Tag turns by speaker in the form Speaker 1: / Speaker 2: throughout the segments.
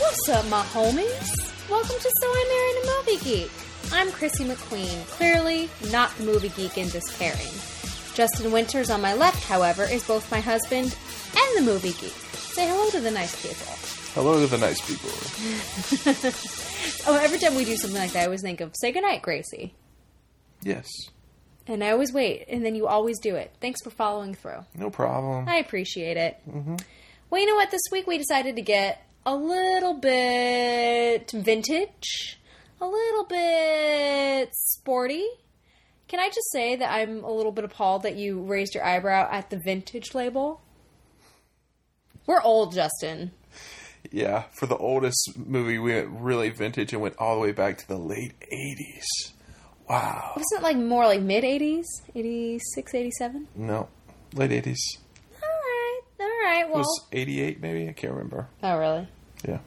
Speaker 1: What's up, my homies? Welcome to So I Married a Movie Geek. I'm Chrissy McQueen, clearly not the movie geek and just caring. Justin Winters on my left, however, is both my husband and the movie geek. Say hello to the nice people.
Speaker 2: Hello to the nice people.
Speaker 1: Oh, every time we do something like that, I always think of say goodnight, Gracie.
Speaker 2: Yes,
Speaker 1: And I always wait, and then you always do it. Thanks for following through.
Speaker 2: no problem.
Speaker 1: I appreciate it.
Speaker 2: Mm-hmm.
Speaker 1: Well, you know what? This week we decided to get a little bit vintage, a little bit sporty. Can I just say that I'm a little bit appalled that you raised your eyebrow at the vintage label? We're old, Justin.
Speaker 2: Yeah, for the oldest movie, we went really vintage and went all the way back to the late 80s. Wow.
Speaker 1: Wasn't it like more like mid 80s? 86, 87?
Speaker 2: No, late 80s.
Speaker 1: All right. All right.
Speaker 2: It
Speaker 1: Well,
Speaker 2: was 88, maybe? I can't remember.
Speaker 1: Oh, really?
Speaker 2: Yeah.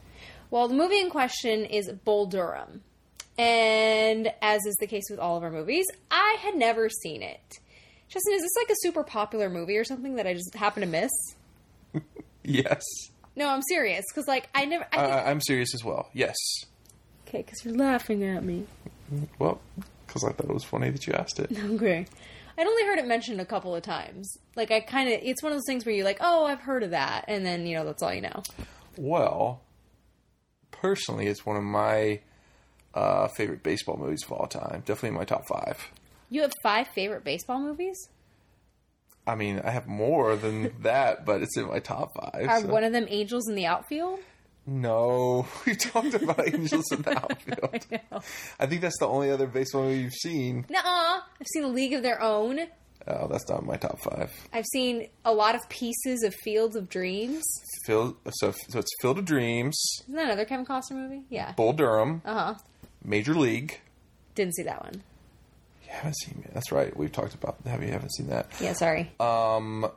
Speaker 1: Well, the movie in question is Bull Durham. And as is the case with all of our movies, I had never seen it. Justin, is this like a super popular movie or something that I just happen to miss?
Speaker 2: Yes.
Speaker 1: No, I'm serious because like I never. I
Speaker 2: Uh,
Speaker 1: think,
Speaker 2: I'm serious as well. Yes.
Speaker 1: okay, because you're laughing at me.
Speaker 2: Well, because I thought it was funny that you asked it.
Speaker 1: Okay. I'd only heard it mentioned a couple of times. Like I kind of, it's one of those things where you're like, oh, I've heard of that, and then you know that's all you know.
Speaker 2: Well, personally, it's one of my uh, favorite baseball movies of all time. Definitely in my top five.
Speaker 1: You have five favorite baseball movies.
Speaker 2: I mean, I have more than that, but it's in my top five.
Speaker 1: Are
Speaker 2: so-
Speaker 1: one of them Angels in the Outfield?
Speaker 2: No, we talked about Angels in the Outfield.
Speaker 1: I know.
Speaker 2: I think that's the only other baseball movie you've seen.
Speaker 1: Nuh-uh. I've seen A League of Their Own.
Speaker 2: Oh, that's not in my top five.
Speaker 1: I've seen a lot of pieces of Fields of Dreams.
Speaker 2: Field, so, so it's Field of Dreams,
Speaker 1: Isn't that another Kevin Costner movie? Yeah.
Speaker 2: Bull Durham,
Speaker 1: Uh huh.
Speaker 2: Major League.
Speaker 1: Didn't see that one.
Speaker 2: You haven't seen it. That's right. We've talked about that. You haven't seen that. Um,
Speaker 1: Yeah, sorry.
Speaker 2: Uh,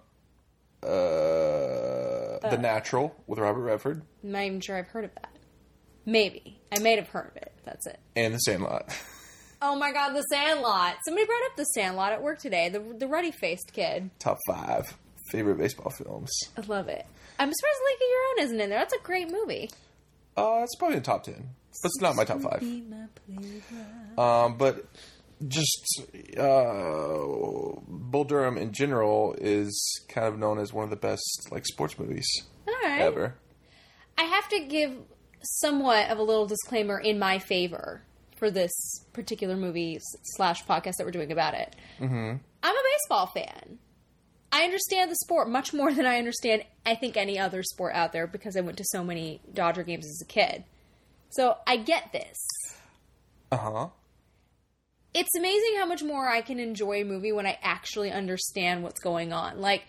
Speaker 2: The Natural with Robert Redford
Speaker 1: I'm not even sure I've heard of that. Maybe. I may have heard of it. That's it.
Speaker 2: and The Sandlot.
Speaker 1: Oh my god, The Sandlot. Somebody brought up The Sandlot at work today. The, the ruddy faced kid.
Speaker 2: top five favorite baseball films.
Speaker 1: I love it. I'm surprised League of Your Own isn't in there. That's a great movie.
Speaker 2: Uh, it's probably in the top ten, but it's not my top five.
Speaker 1: Be my playboy.
Speaker 2: Um, but just uh, Bull Durham in general is kind of known as one of the best like sports movies
Speaker 1: All right.
Speaker 2: ever.
Speaker 1: I have to give somewhat of a little disclaimer in my favor for this particular movie s- slash podcast that we're doing about it. Mm-hmm. I'm a baseball fan. I understand the sport much more than I understand, I think, any other sport out there because I went to so many Dodger games as a kid. So I get this.
Speaker 2: Uh huh.
Speaker 1: It's amazing how much more I can enjoy a movie when I actually understand what's going on. Like,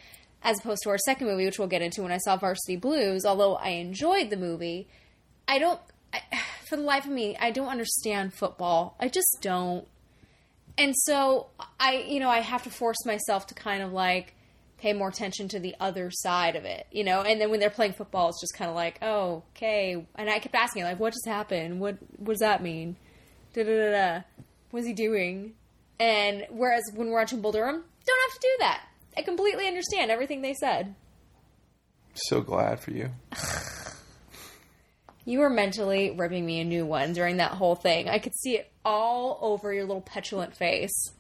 Speaker 1: as opposed to our second movie, which we'll get into when I saw Varsity Blues, although I enjoyed the movie, I don't. I, for the life of me, I don't understand football. I just don't. And so I, you know, I have to force myself to kind of like pay more attention to the other side of it, you know. And then when they're playing football, it's just kind of like, oh, okay. And I kept asking, like, what just happened? What What does that mean? Da da da da. What's he doing? And whereas when we're watching Bull Durham, don't have to do that. I completely understand everything they said.
Speaker 2: So glad for you.
Speaker 1: You were mentally ripping me a new one during that whole thing. I could see it all over your little petulant face.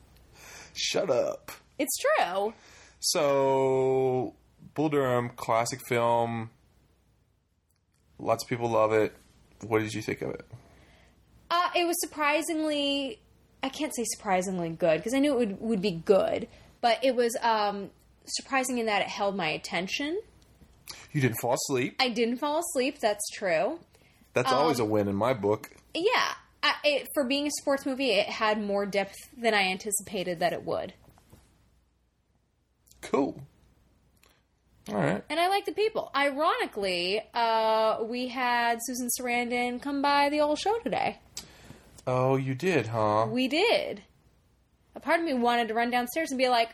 Speaker 2: Shut up.
Speaker 1: It's true.
Speaker 2: So Bull Durham, classic film. Lots of people love it. What did you think of it?
Speaker 1: Uh, it was surprisingly, I can't say surprisingly good because I knew it would, would be good, but it was um, surprising in that it held my attention.
Speaker 2: You didn't fall asleep.
Speaker 1: I didn't fall asleep, that's true. Um,
Speaker 2: That's always a win in my book.
Speaker 1: Yeah, I, it, for being a sports movie, it had more depth than I anticipated that it would.
Speaker 2: Cool. All right.
Speaker 1: and I like the people. Ironically, uh, we had Susan Sarandon come by the old show today.
Speaker 2: Oh, you did, huh?
Speaker 1: We did. A part of me wanted to run downstairs and be like,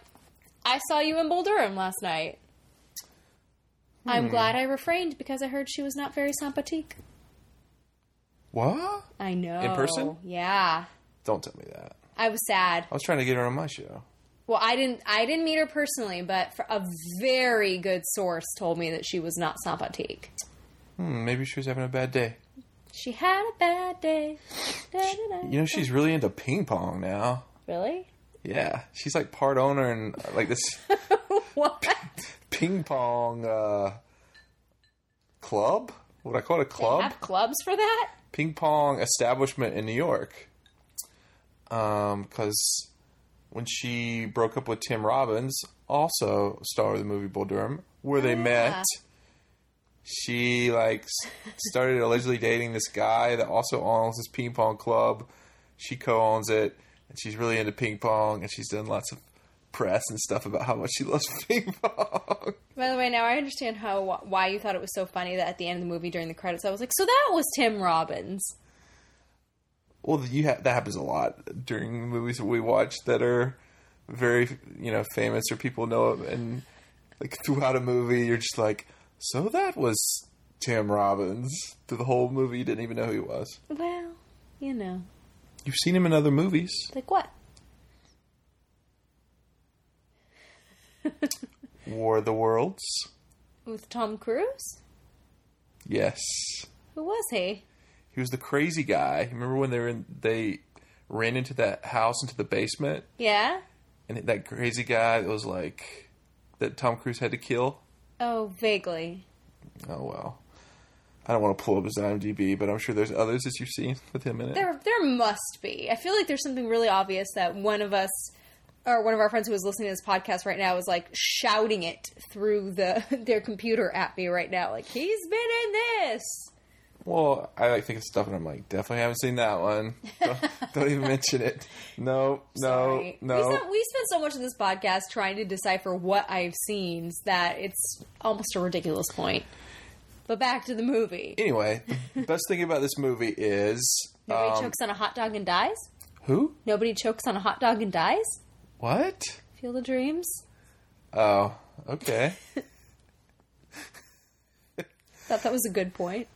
Speaker 1: I saw you in Bull Durham last night.
Speaker 2: Hmm.
Speaker 1: I'm glad I refrained because I heard she was not very sympathetic.
Speaker 2: What?
Speaker 1: I know.
Speaker 2: In person?
Speaker 1: Yeah.
Speaker 2: Don't tell me that.
Speaker 1: I was sad.
Speaker 2: I was trying to get her on my show.
Speaker 1: Well, I didn't I didn't meet her personally, but for a very good source told me that she was not sympathetic.
Speaker 2: Hmm, maybe she was having a bad day.
Speaker 1: She had a bad day. Da-da-da.
Speaker 2: You know, she's really into ping pong now.
Speaker 1: Really?
Speaker 2: Yeah, she's like part owner and uh, like this
Speaker 1: what?
Speaker 2: ping pong uh, club. Would I call it a club?
Speaker 1: Have clubs for that?
Speaker 2: ping pong establishment in New York. Because when she broke up with Tim Robbins, also star of the movie Bull Durham, where they met, she like s- started allegedly dating this guy that also owns this ping pong club. She co-owns it, and she's really into ping pong, and she's done lots of press and stuff about how much she loves ping pong.
Speaker 1: By the way, now I understand how why you thought it was so funny that at the end of the movie during the credits, I was like, "So that was Tim Robbins."
Speaker 2: Well, you ha- that happens a lot during movies that we watch that are very, you know, famous or people know of, and like throughout a movie, you're just like, so that was Tim Robbins through the whole movie. You didn't even know who he was.
Speaker 1: Well, you know,
Speaker 2: You've seen him in other movies.
Speaker 1: like what?
Speaker 2: War of the Worlds.
Speaker 1: With Tom Cruise?
Speaker 2: Yes,
Speaker 1: Who was he?
Speaker 2: he was the crazy guy. Remember when they were in, they ran into that house into the basement,
Speaker 1: Yeah.
Speaker 2: and that crazy guy that was like that Tom Cruise had to kill.
Speaker 1: Oh, vaguely.
Speaker 2: Oh well. I don't want to pull up his IMDb, but I'm sure there's others that you've seen with him in it.
Speaker 1: There, there must be. I feel like there's something really obvious that one of us, or one of our friends who is listening to this podcast right now, is like shouting it through the their computer at me right now. Like he's been in this.
Speaker 2: Well, I like think of stuff and I'm like, definitely haven't seen that one. Don't, don't even mention it. No, no,
Speaker 1: Sorry. We,
Speaker 2: no.
Speaker 1: spent, we spent so much of this podcast trying to decipher what I've seen that it's almost a ridiculous point. But back to the movie.
Speaker 2: Anyway, the best thing about this movie is
Speaker 1: Nobody
Speaker 2: um,
Speaker 1: chokes on a hot dog and dies.
Speaker 2: who?
Speaker 1: Nobody chokes on a hot dog and dies.
Speaker 2: What?
Speaker 1: Field of Dreams.
Speaker 2: Oh, okay.
Speaker 1: Thought that was a good point.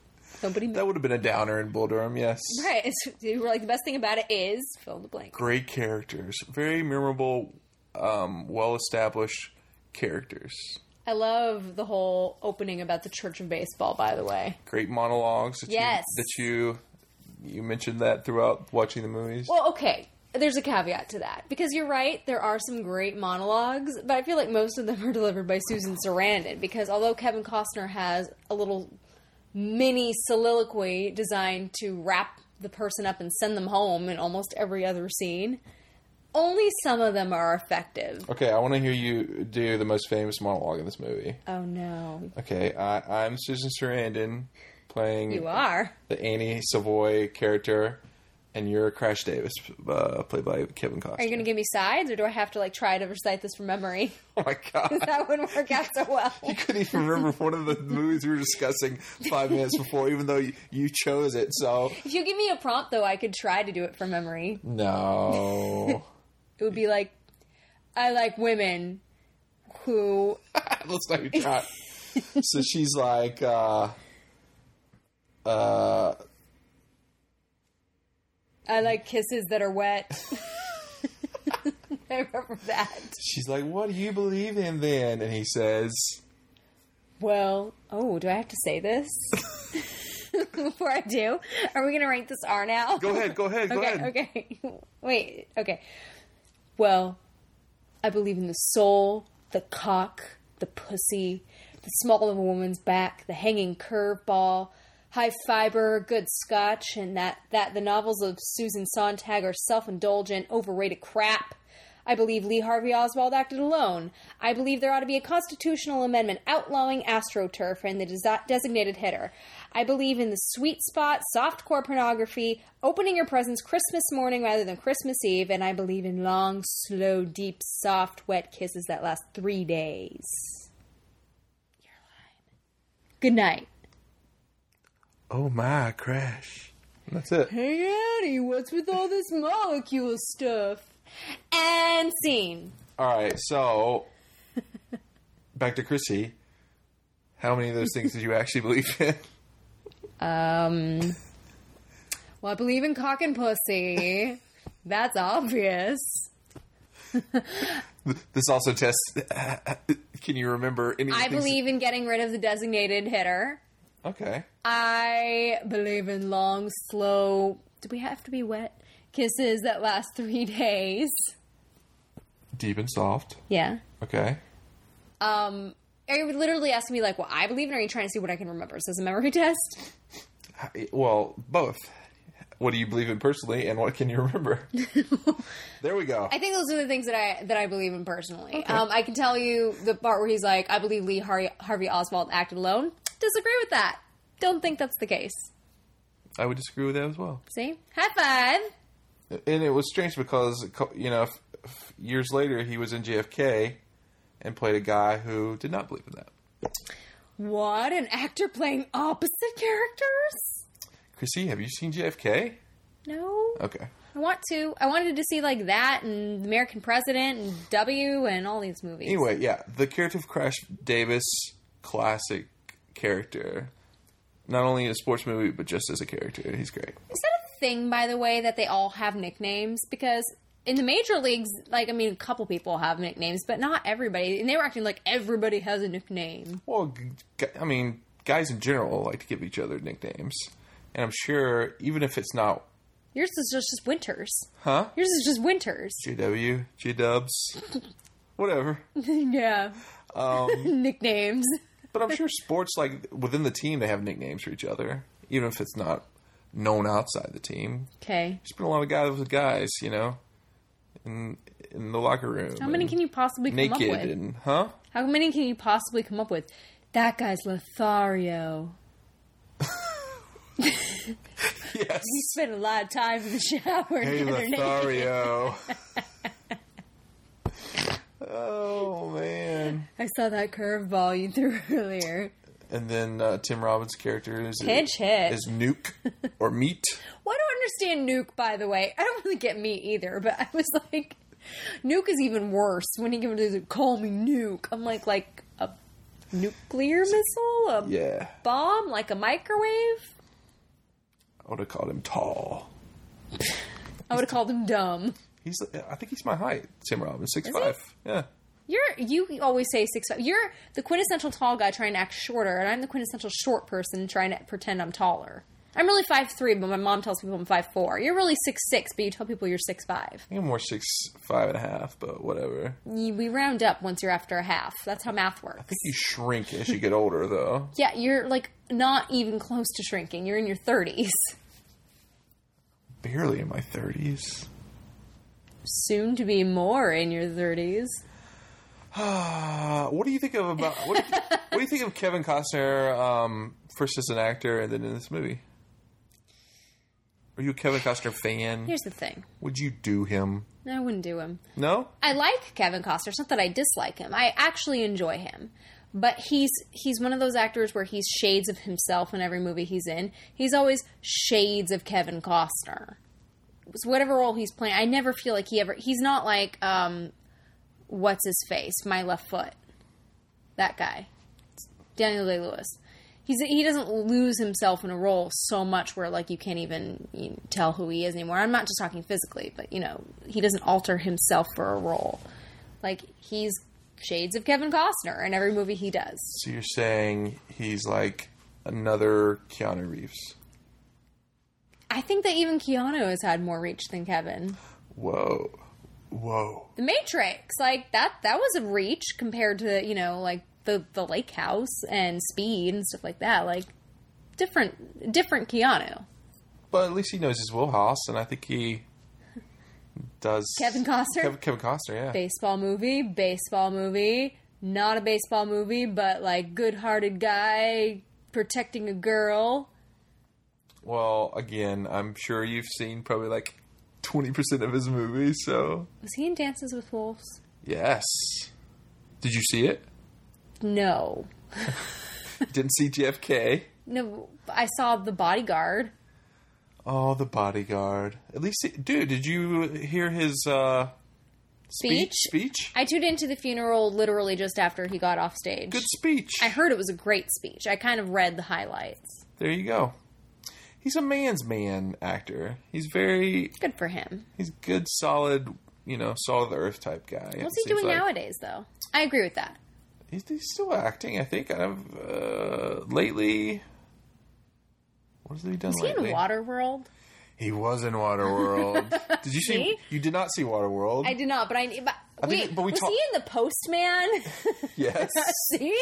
Speaker 1: Nobody.
Speaker 2: that would have been a downer in Bull Durham, yes.
Speaker 1: right. It's, you were like the best thing about it is fill in the blank.
Speaker 2: Great characters, very memorable, um, well-established characters.
Speaker 1: I love the whole opening about the Church of Baseball. By the way.
Speaker 2: great monologues that
Speaker 1: Yes.
Speaker 2: you that you you mentioned that throughout watching the movies.
Speaker 1: Well, okay. There's a caveat to that because you're right. There are some great monologues, but I feel like most of them are delivered by Susan Sarandon. Because although Kevin Costner has a little mini soliloquy designed to wrap the person up and send them home in almost every other scene, only some of them are effective.
Speaker 2: okay, I want to hear you do the most famous monologue in this movie.
Speaker 1: Oh no,
Speaker 2: Okay, I, I'm Susan Sarandon playing
Speaker 1: you are.
Speaker 2: the Annie Savoy character, and you're Crash Davis, uh, played by Kevin Costner.
Speaker 1: Are you going to give me sides, or do I have to like try to recite this from memory?
Speaker 2: oh my god.
Speaker 1: that wouldn't work out so well.
Speaker 2: You couldn't even remember one of the movies we were discussing five minutes before, even though you, you chose it. So
Speaker 1: If you give me a prompt, though, I could try to do it from memory.
Speaker 2: no,
Speaker 1: It would be like, I like women who.
Speaker 2: Let's not even try. so she's like, uh, uh,
Speaker 1: I like kisses that are wet. I remember that.
Speaker 2: she's like, what do you believe in then? And he says,
Speaker 1: Well, oh, do I have to say this? Before I do, are we going to rank this R now?
Speaker 2: go ahead, go ahead, go
Speaker 1: okay,
Speaker 2: ahead.
Speaker 1: okay. Wait, okay. Well, I believe in the soul, the cock, the pussy, the small of a woman's back, the hanging curveball, high fiber, good scotch, and that, that the novels of Susan Sontag are self indulgent, overrated crap. I believe Lee Harvey Oswald acted alone. I believe there ought to be a constitutional amendment outlawing AstroTurf and the desi- designated hitter. I believe in the sweet spot, softcore pornography, opening your presents Christmas morning rather than Christmas Eve, and I believe in long, slow, deep, soft, wet kisses that last three days. Good night.
Speaker 2: Oh my, crash. That's it.
Speaker 1: Hey, Annie, what's with all this molecule stuff? And scene.
Speaker 2: All right, so back to Chrissy. How many of those things did you actually believe in?
Speaker 1: Um. Well, I believe in cock and pussy. That's obvious.
Speaker 2: This also tests. Can you remember any? of the
Speaker 1: I
Speaker 2: things-
Speaker 1: believe in getting rid of the designated hitter.
Speaker 2: Okay.
Speaker 1: I believe in long, slow. Do we have to be wet? Kisses that last three days.
Speaker 2: Deep and soft.
Speaker 1: Yeah.
Speaker 2: Okay.
Speaker 1: Um, are you literally asking me like what I believe in? Or are you trying to see what I can remember? So it's a memory test.
Speaker 2: Well, both. What do you believe in personally, and what can you remember? there we go.
Speaker 1: I think those are the things that I that I believe in personally. Um, I can tell you the part where he's like, I believe Lee Harvey, Harvey Oswald acted alone. Disagree with that. Don't think that's the case.
Speaker 2: I would disagree with that as well.
Speaker 1: See, high five.
Speaker 2: And it was strange because you know, f- f- years later he was in JFK and played a guy who did not believe in that.
Speaker 1: What an actor playing opposite characters.
Speaker 2: Chrissy, have you seen JFK?
Speaker 1: No,
Speaker 2: Okay.
Speaker 1: I want to. I wanted to see like that and American President and W and all these movies.
Speaker 2: Anyway, yeah, the character of Crash Davis, classic character. Not only in a sports movie, but just as a character, he's great.
Speaker 1: Is that a thing, by the way, that they all have nicknames? Because in the major leagues, like, I mean, a couple people have nicknames, but not everybody. And they were acting like everybody has a nickname.
Speaker 2: Well, g- g- I mean, guys in general like to give each other nicknames, and I'm sure even if it's not,
Speaker 1: Yours is just, just Winters.
Speaker 2: huh?
Speaker 1: Yours is just Winters.
Speaker 2: JW, J Dubs, whatever.
Speaker 1: yeah.
Speaker 2: Um,
Speaker 1: nicknames.
Speaker 2: But I'm sure sports, like within the team, they have nicknames for each other, even if it's not known outside the team.
Speaker 1: Okay.
Speaker 2: There's been a lot of guys with guys, you know, in in the locker room.
Speaker 1: How many
Speaker 2: and
Speaker 1: can you possibly come up
Speaker 2: naked
Speaker 1: with?
Speaker 2: and huh?
Speaker 1: How many can you possibly come up with? That guy's Lothario.
Speaker 2: Yes.
Speaker 1: He spent a lot of time in the shower.
Speaker 2: Hey,
Speaker 1: the other night.
Speaker 2: Lothario. oh man.
Speaker 1: I saw that curveball you threw earlier.
Speaker 2: And then uh, Tim Robbins' character is
Speaker 1: Pitch hit.
Speaker 2: is Nuke or Meat.
Speaker 1: Well, I don't understand Nuke, by the way. I don't really get me either, but I was like, Nuke is even worse when he gives it to call me Nuke. I'm like, like a nuclear missile? A
Speaker 2: Yeah,
Speaker 1: bomb? Like a microwave?
Speaker 2: I would have called him tall.
Speaker 1: I would have called him dumb.
Speaker 2: He's I think he's my height. Tim Robbins, six five. Yeah.
Speaker 1: You're you always say six five. You're the quintessential tall guy trying to act shorter, and I'm the quintessential short person trying to pretend I'm taller. I'm really five three, but my mom tells people I'm five four. You're really six six, but you tell people you're six five.
Speaker 2: I think I'm more six five and a half, but whatever. I
Speaker 1: You, we round up once you're after a half. That's how math works.
Speaker 2: think you shrink as you get older, though.
Speaker 1: Yeah, you're like not even close to shrinking. You're in your 30s.
Speaker 2: Barely in my thirties.
Speaker 1: Soon to be more in your 30s.
Speaker 2: Uh, what do you think of about what do you, what do you think of Kevin Costner um, first as an actor and then in this movie? Are you a Kevin Costner fan?
Speaker 1: Here's the thing
Speaker 2: Would you do him?
Speaker 1: I wouldn't do him.
Speaker 2: No.
Speaker 1: I like Kevin Costner. It's not that I dislike him. I actually enjoy him. But he's he's one of those actors where he's shades of himself in every movie he's in. He's always shades of Kevin Costner. So whatever role he's playing, I never feel like he ever he's not like um what's his face, my left foot. That guy. Daniel Day Lewis. He's he doesn't lose himself in a role so much where like you can't even you know, tell who he is anymore. I'm not just talking physically, but you know he doesn't alter himself for a role. Like he's shades of Kevin Costner in every movie he does.
Speaker 2: So you're saying he's like another Keanu Reeves?
Speaker 1: I think that even Keanu has had more reach than Kevin.
Speaker 2: Whoa, whoa.
Speaker 1: The Matrix, like that that was a reach compared to you know like the the Lake House and Speed and stuff like that. Like different different Keanu.
Speaker 2: But at least he knows his wheelhouse, and I think he does.
Speaker 1: Kevin Costner?
Speaker 2: Kevin, Kevin Costner, yeah.
Speaker 1: baseball movie, baseball movie, not a baseball movie, but like good hearted guy protecting a girl.
Speaker 2: Well, again, I'm sure you've seen probably like twenty percent of his movies. So
Speaker 1: Was he in Dances with Wolves?
Speaker 2: yes, did you see it?
Speaker 1: No.
Speaker 2: Didn't see JFK.
Speaker 1: No, I saw The Bodyguard.
Speaker 2: Oh, the bodyguard. At least, he, dude, did you hear his uh,
Speaker 1: Speech?
Speaker 2: Speech?
Speaker 1: I tuned into the funeral literally just after he got off stage.
Speaker 2: Good speech.
Speaker 1: I heard it was a great speech. I kind of read the highlights.
Speaker 2: there you go. He's a man's man actor. He's very,
Speaker 1: Good for him.
Speaker 2: he's a good, solid, you know, salt of the earth type guy.
Speaker 1: What's he
Speaker 2: It
Speaker 1: doing
Speaker 2: seems like.
Speaker 1: nowadays, though? I agree with that.
Speaker 2: He's, he's still acting, I think. I've uh, lately. What has he done
Speaker 1: Is he in
Speaker 2: lately?
Speaker 1: Waterworld?
Speaker 2: He was in Waterworld. did you see?
Speaker 1: See?
Speaker 2: You did not see Waterworld.
Speaker 1: I did not, but I. But,
Speaker 2: I think-
Speaker 1: wait,
Speaker 2: but we
Speaker 1: was
Speaker 2: talk-
Speaker 1: he in the Postman?
Speaker 2: yes.
Speaker 1: See,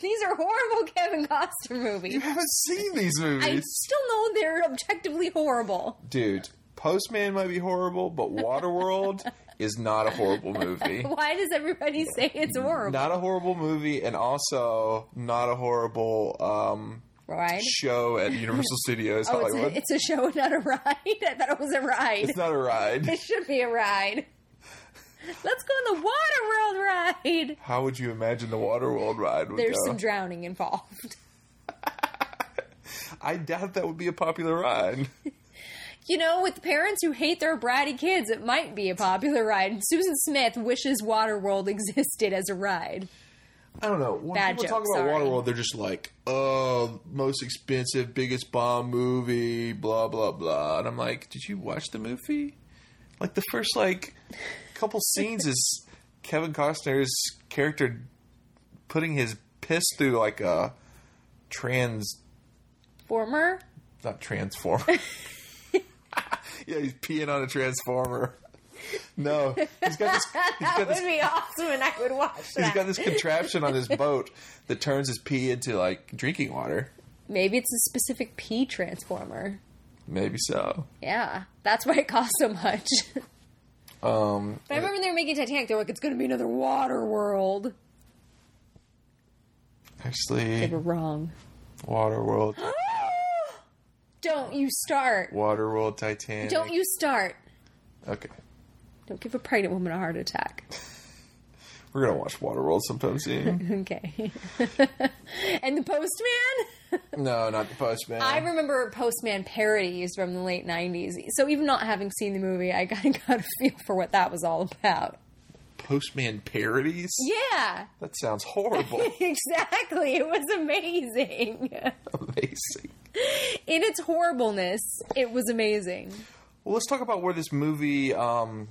Speaker 1: these are horrible Kevin Costner
Speaker 2: you
Speaker 1: movies.
Speaker 2: haven't seen these
Speaker 1: I
Speaker 2: movies.
Speaker 1: still know they're objectively horrible.
Speaker 2: Dude, Postman might be horrible, but Waterworld is not a horrible movie.
Speaker 1: Why does everybody say it's horrible?
Speaker 2: Not a horrible movie, and also not a horrible um,
Speaker 1: right?
Speaker 2: show at Universal Studios
Speaker 1: Oh, it's
Speaker 2: Hollywood.
Speaker 1: a, it's a show, not a ride. I thought it was a ride.
Speaker 2: It's not a ride.
Speaker 1: It should be a ride. Let's go on the Waterworld ride.
Speaker 2: How would you imagine the Waterworld ride would
Speaker 1: There's
Speaker 2: go?
Speaker 1: some drowning involved.
Speaker 2: I doubt that would be a popular ride.
Speaker 1: You know, with parents who hate their bratty kids, it might be a popular ride. Susan Smith wishes Waterworld existed as a ride.
Speaker 2: I don't know. When
Speaker 1: Bad
Speaker 2: people
Speaker 1: joke,
Speaker 2: talk about
Speaker 1: sorry.
Speaker 2: Waterworld, they're just like, "Oh, most expensive, biggest bomb movie, blah blah blah." And I'm like, "Did you watch the movie?" Like the first like couple scenes is Kevin Costner's character putting his piss through like a trans,
Speaker 1: Former
Speaker 2: not transformer. yeah, he's peeing on a transformer. No, he's got this. He's
Speaker 1: That
Speaker 2: got this
Speaker 1: would be awesome, and I would watch
Speaker 2: He's
Speaker 1: that.
Speaker 2: got this contraption on his boat that turns his pee into like drinking water.
Speaker 1: Maybe it's a specific P transformer.
Speaker 2: Maybe so.
Speaker 1: Yeah, that's why it costs so much. but
Speaker 2: Um,
Speaker 1: I remember when they were making Titanic, they were like, "It's going to be another water world." They
Speaker 2: actually,
Speaker 1: were wrong.
Speaker 2: Waterworld,
Speaker 1: Ah! Don't you start.
Speaker 2: Waterworld, Titanic.
Speaker 1: Don't you start.
Speaker 2: Okay,
Speaker 1: Don't give a pregnant woman a heart attack.
Speaker 2: we're gonna watch Waterworld sometime soon.
Speaker 1: Okay. and the Postman?
Speaker 2: no, not the Postman.
Speaker 1: I remember Postman parodies from the late 90s. So even not having seen the movie, I kind of got a feel for what that was all about.
Speaker 2: Postman parodies.
Speaker 1: Yeah,
Speaker 2: That sounds horrible.
Speaker 1: exactly. It was amazing.
Speaker 2: Amazing.
Speaker 1: In its horribleness, it was amazing.
Speaker 2: Well, let's talk about where this movie um,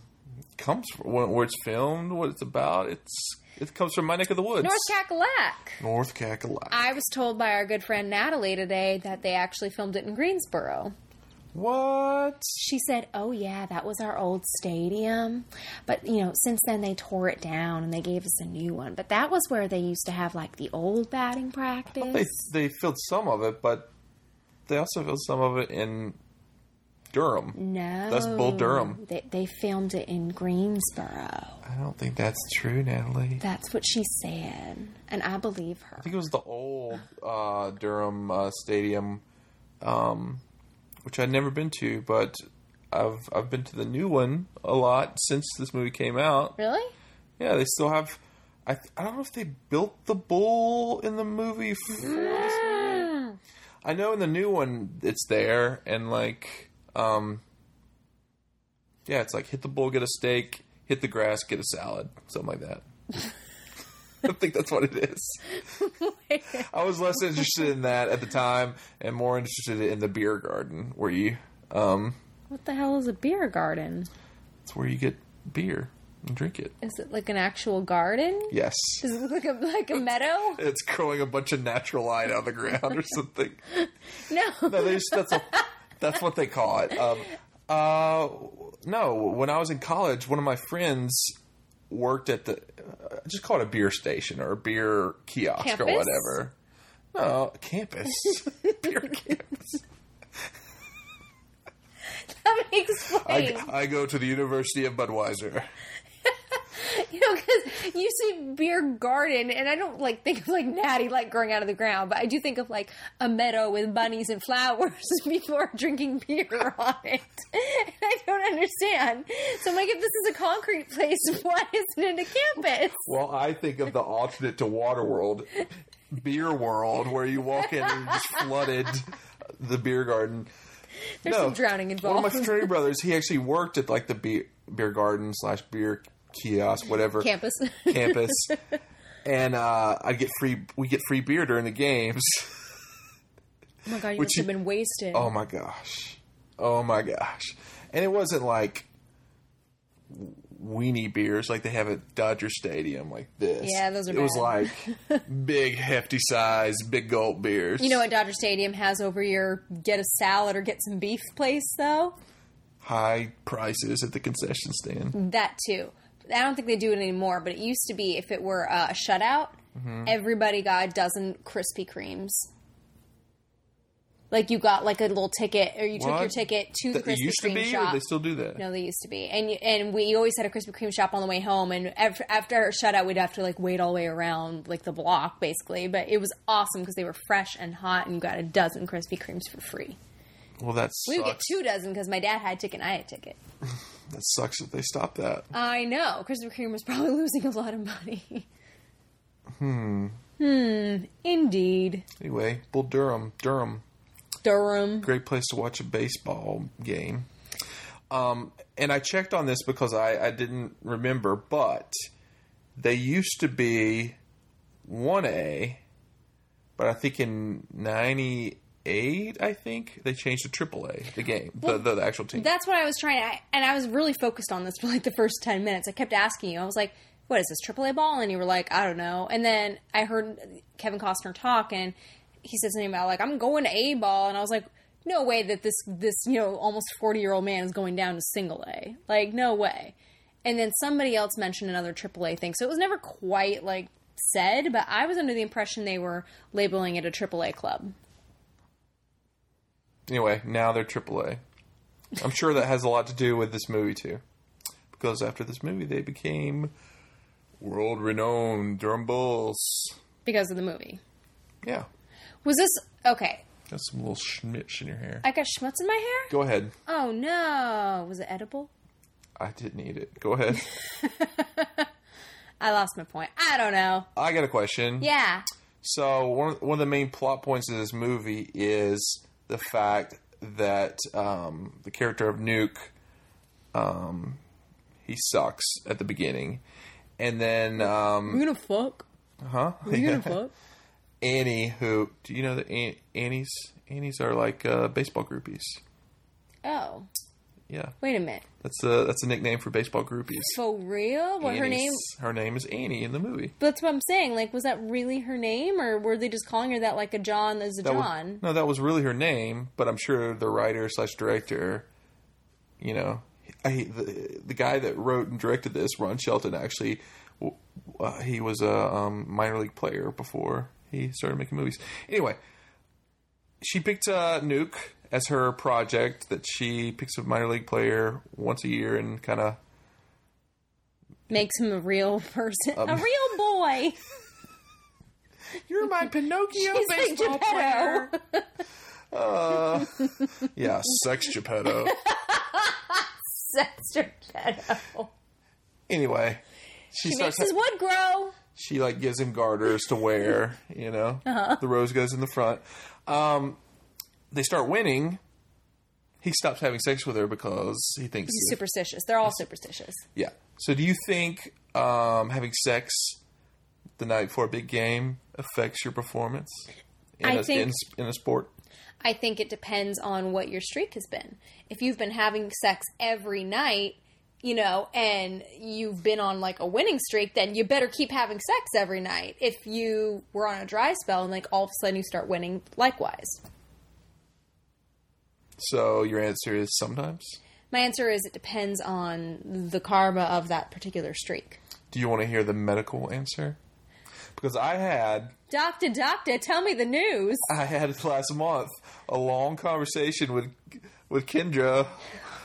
Speaker 2: comes from, where where it's filmed, what it's about. It's it comes from my neck of the woods,
Speaker 1: North Cackalack.
Speaker 2: North Cackalack.
Speaker 1: I was told by our good friend Natalie today that they actually filmed it in Greensboro.
Speaker 2: what?
Speaker 1: she said, "Oh yeah, that was our old stadium, but you know, since then they tore it down and they gave us a new one. But that was where they used to have like the old batting practice."
Speaker 2: they they filled some of it, but they also filled some of it in Durham.
Speaker 1: no,
Speaker 2: That's Bull Durham.
Speaker 1: They, they filmed it in Greensboro.
Speaker 2: I don't think that's true, Natalie. I
Speaker 1: That's what she said, and I believe her.
Speaker 2: think it was the old uh, Durham uh, Stadium, um, which I'd never been to, but I've I've been to the new one a lot since this movie came out.
Speaker 1: Really?
Speaker 2: Yeah, they still have. I th- I don't know if they built the bull in the movie for this movie. I know in the new one it's there and like um yeah, it's like hit the bull, get a steak, hit the grass, get a salad, something like that. I think that's what it is. I was less interested in that at the time and more interested in the beer garden where you um
Speaker 1: What the hell is a beer garden?
Speaker 2: it's where you get beer and drink it.
Speaker 1: Is it like an actual garden?
Speaker 2: Yes.
Speaker 1: Does it look like a, like a meadow?
Speaker 2: It's growing a bunch of natural light out of the ground or something.
Speaker 1: No.
Speaker 2: No, they just, that's a, that's what they call it. Um, uh, no, when I was in college, one of my friends worked at the uh, just call it a beer station or a beer kiosk
Speaker 1: Campus?
Speaker 2: or whatever. No, campus. beer campus.
Speaker 1: Let me explain.
Speaker 2: I, I go to the University of Budweiser.
Speaker 1: You know, because you see beer garden, and I don't like think of like natty like growing out of the ground, but I do think of like a meadow with bunnies and flowers before drinking beer on it. And I don't understand. So I'm like, if this is a concrete place, why isn't it a campus?
Speaker 2: Well, I think of the alternate to Waterworld beer world where you walk in and just flooded the beer garden.
Speaker 3: There's some drowning
Speaker 2: One of
Speaker 3: involved.
Speaker 2: my fraternity brothers, he actually worked at like the beer, beer garden slash beer kiosk, whatever
Speaker 3: Campus.
Speaker 2: campus, and uh, I get free. We get free beer during the games.
Speaker 3: oh my god, you
Speaker 2: Which
Speaker 3: must have
Speaker 2: you-
Speaker 3: been wasted.
Speaker 2: Oh my gosh. Oh my gosh. And it wasn't like weenie beers like they have at Dodger Stadium like this.
Speaker 3: Yeah, those are
Speaker 2: It was
Speaker 3: bad.
Speaker 2: like big hefty size big gulp beers.
Speaker 3: You know what Dodger Stadium has over your get a salad or get some beef place though?
Speaker 2: high prices at the concession stand.
Speaker 3: That too. I don't think they do it anymore, but it used to be if it were uh, a shutout,
Speaker 2: Mm-hmm.
Speaker 3: everybody got a dozen Krispy Kremes. Like you got like a little ticket, or you took your
Speaker 2: What?
Speaker 3: ticket to the
Speaker 2: That-
Speaker 3: Krispy
Speaker 2: it used to
Speaker 3: Kreme
Speaker 2: be
Speaker 3: shop.
Speaker 2: or they still do that.
Speaker 3: no, they used to be, and you- and we always had a Krispy Kreme shop on the way home, and after, after our shutout, we'd have to like wait all the way around like the block basically. But it was awesome because they were fresh and hot, and you got a dozen Krispy Kremes for free.
Speaker 2: Well that sucks.
Speaker 3: We would get two dozen because my dad had a ticket and I had a ticket.
Speaker 2: That sucks that they stopped that.
Speaker 3: I know. Krispy Kreme was probably losing a lot of money. Hmm. Hmm. Indeed.
Speaker 2: Anyway, Bull Durham, Durham.
Speaker 3: Durham.
Speaker 2: great place to watch a baseball game. Um, and I checked on this because I, I didn't remember, but they used to be 1A, but I think in 98, I think, they changed to AAA, the game, the, the, the actual team.
Speaker 3: That's what I was trying to, I, and I was really focused on this for like the first 10 minutes. I kept asking you, I was like, what is this, AAA ball? And you were like, I don't know. And then I heard Kevin Costner talk, and he said something about, like, I'm going to A ball. And I was like, no way that this, this you know, almost 40 year old man is going down to single A. Like, no way. And then somebody else mentioned another AAA thing. So it was never quite like said, but I was under the impression they were labeling it a AAA club.
Speaker 2: anyway, now they're AAA. I'm sure that has a lot to do with this movie, too. Because after this movie, they became world renowned Durham Bulls.
Speaker 3: because of the movie.
Speaker 2: Yeah.
Speaker 3: Was this okay?
Speaker 2: Got some little schmitch in your hair.
Speaker 3: I got schmutz in my hair.
Speaker 2: Go ahead.
Speaker 3: Oh no! Was it edible?
Speaker 2: I didn't eat it. Go ahead.
Speaker 3: I lost my point. I don't know.
Speaker 2: I got a question.
Speaker 3: Yeah,
Speaker 2: So one of, one of the main plot points of this movie is the fact that um, the character of Nuke, um, he sucks at the beginning, and then um,
Speaker 3: we gonna fuck.
Speaker 2: huh?
Speaker 3: We
Speaker 2: Yeah.
Speaker 3: gonna fuck.
Speaker 2: Annie, who do you know that An- Annie's Annie's are like uh, baseball groupies.
Speaker 3: Oh,
Speaker 2: Yeah,
Speaker 3: wait a minute.
Speaker 2: that's a that's a nickname for baseball groupies.
Speaker 3: For real? What her
Speaker 2: Annie's-
Speaker 3: name?
Speaker 2: Her name is Annie in the movie.
Speaker 3: But that's what I'm saying. Like, was that really her name, or were they just calling her that like a John is a
Speaker 2: That was-
Speaker 3: John?
Speaker 2: no, that was really her name, but I'm sure the writer slash director, you know, I, the the guy that wrote and directed this, Ron Shelton, actually, w- uh, he was a um, minor league player before he started making movies. Anyway, she picked uh, Nuke as her project that she picks a minor league player once a year and kind of
Speaker 3: Makes him a real person,
Speaker 2: Um.
Speaker 3: a real boy.
Speaker 2: You're my Pinocchio
Speaker 3: He's like
Speaker 2: baseball player.
Speaker 3: Geppetto.
Speaker 2: Uh, yeah, sex Geppetto.
Speaker 3: That's your pedo.
Speaker 2: Anyway, she
Speaker 3: He makes
Speaker 2: starts.
Speaker 3: his wood grow.
Speaker 2: she like gives him garters to wear. You know,
Speaker 3: Uh-huh.
Speaker 2: the rose goes in the front. Um, they start winning. He stops having sex with her because he thinks.
Speaker 3: He's superstitious. They're all superstitious.
Speaker 2: Yeah. So, do you think um, having sex the night before a big game affects your performance in
Speaker 3: I
Speaker 2: a-
Speaker 3: think-
Speaker 2: in, in a sport?
Speaker 3: I think it depends on what your streak has been. If you've been having sex every night, you know, and you've been on like a winning streak, then you better keep having sex every night. If you were on a dry spell and like all of a sudden you start winning, likewise.
Speaker 2: So, your answer is sometimes.
Speaker 3: My answer is it depends on the karma of that particular streak.
Speaker 2: Do you want to hear the medical answer? Because I had
Speaker 3: Doctor, doctor, tell me the news.
Speaker 2: I had last month a long conversation with with Kendra,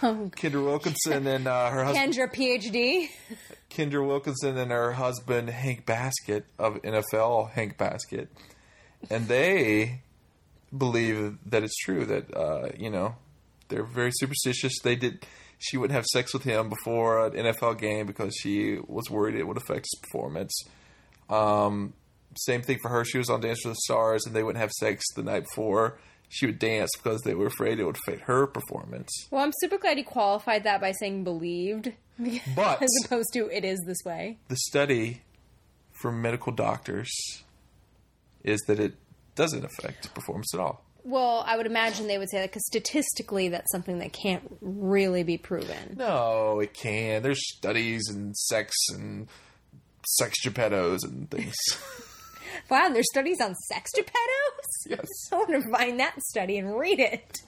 Speaker 2: Kendra Wilkinson and uh, her husband
Speaker 3: Kendra, PhD.
Speaker 2: Kendra Wilkinson and her husband Hank Basket of NFL Hank Basket, and they believe that it's true that uh, you know they're very superstitious. They did she wouldn't have sex with him before an NFL game because she was worried it would affect his performance. Um, Same thing for her. She was on Dance with the Stars, and they wouldn't have sex the night before. She would dance because they were afraid it would fit her performance.
Speaker 3: Well, I'm super glad you qualified that by saying believed,
Speaker 2: But-
Speaker 3: as opposed to it is this way.
Speaker 2: The study for medical doctors is that it doesn't affect performance at all.
Speaker 3: Well, I would imagine they would say that because statistically, that's something that can't really be proven.
Speaker 2: No, it can. There's studies and sex and sex Geppettos and things.
Speaker 3: Wow, there's studies on sex geppettos?
Speaker 2: Yes.
Speaker 3: I want to find that study and read it.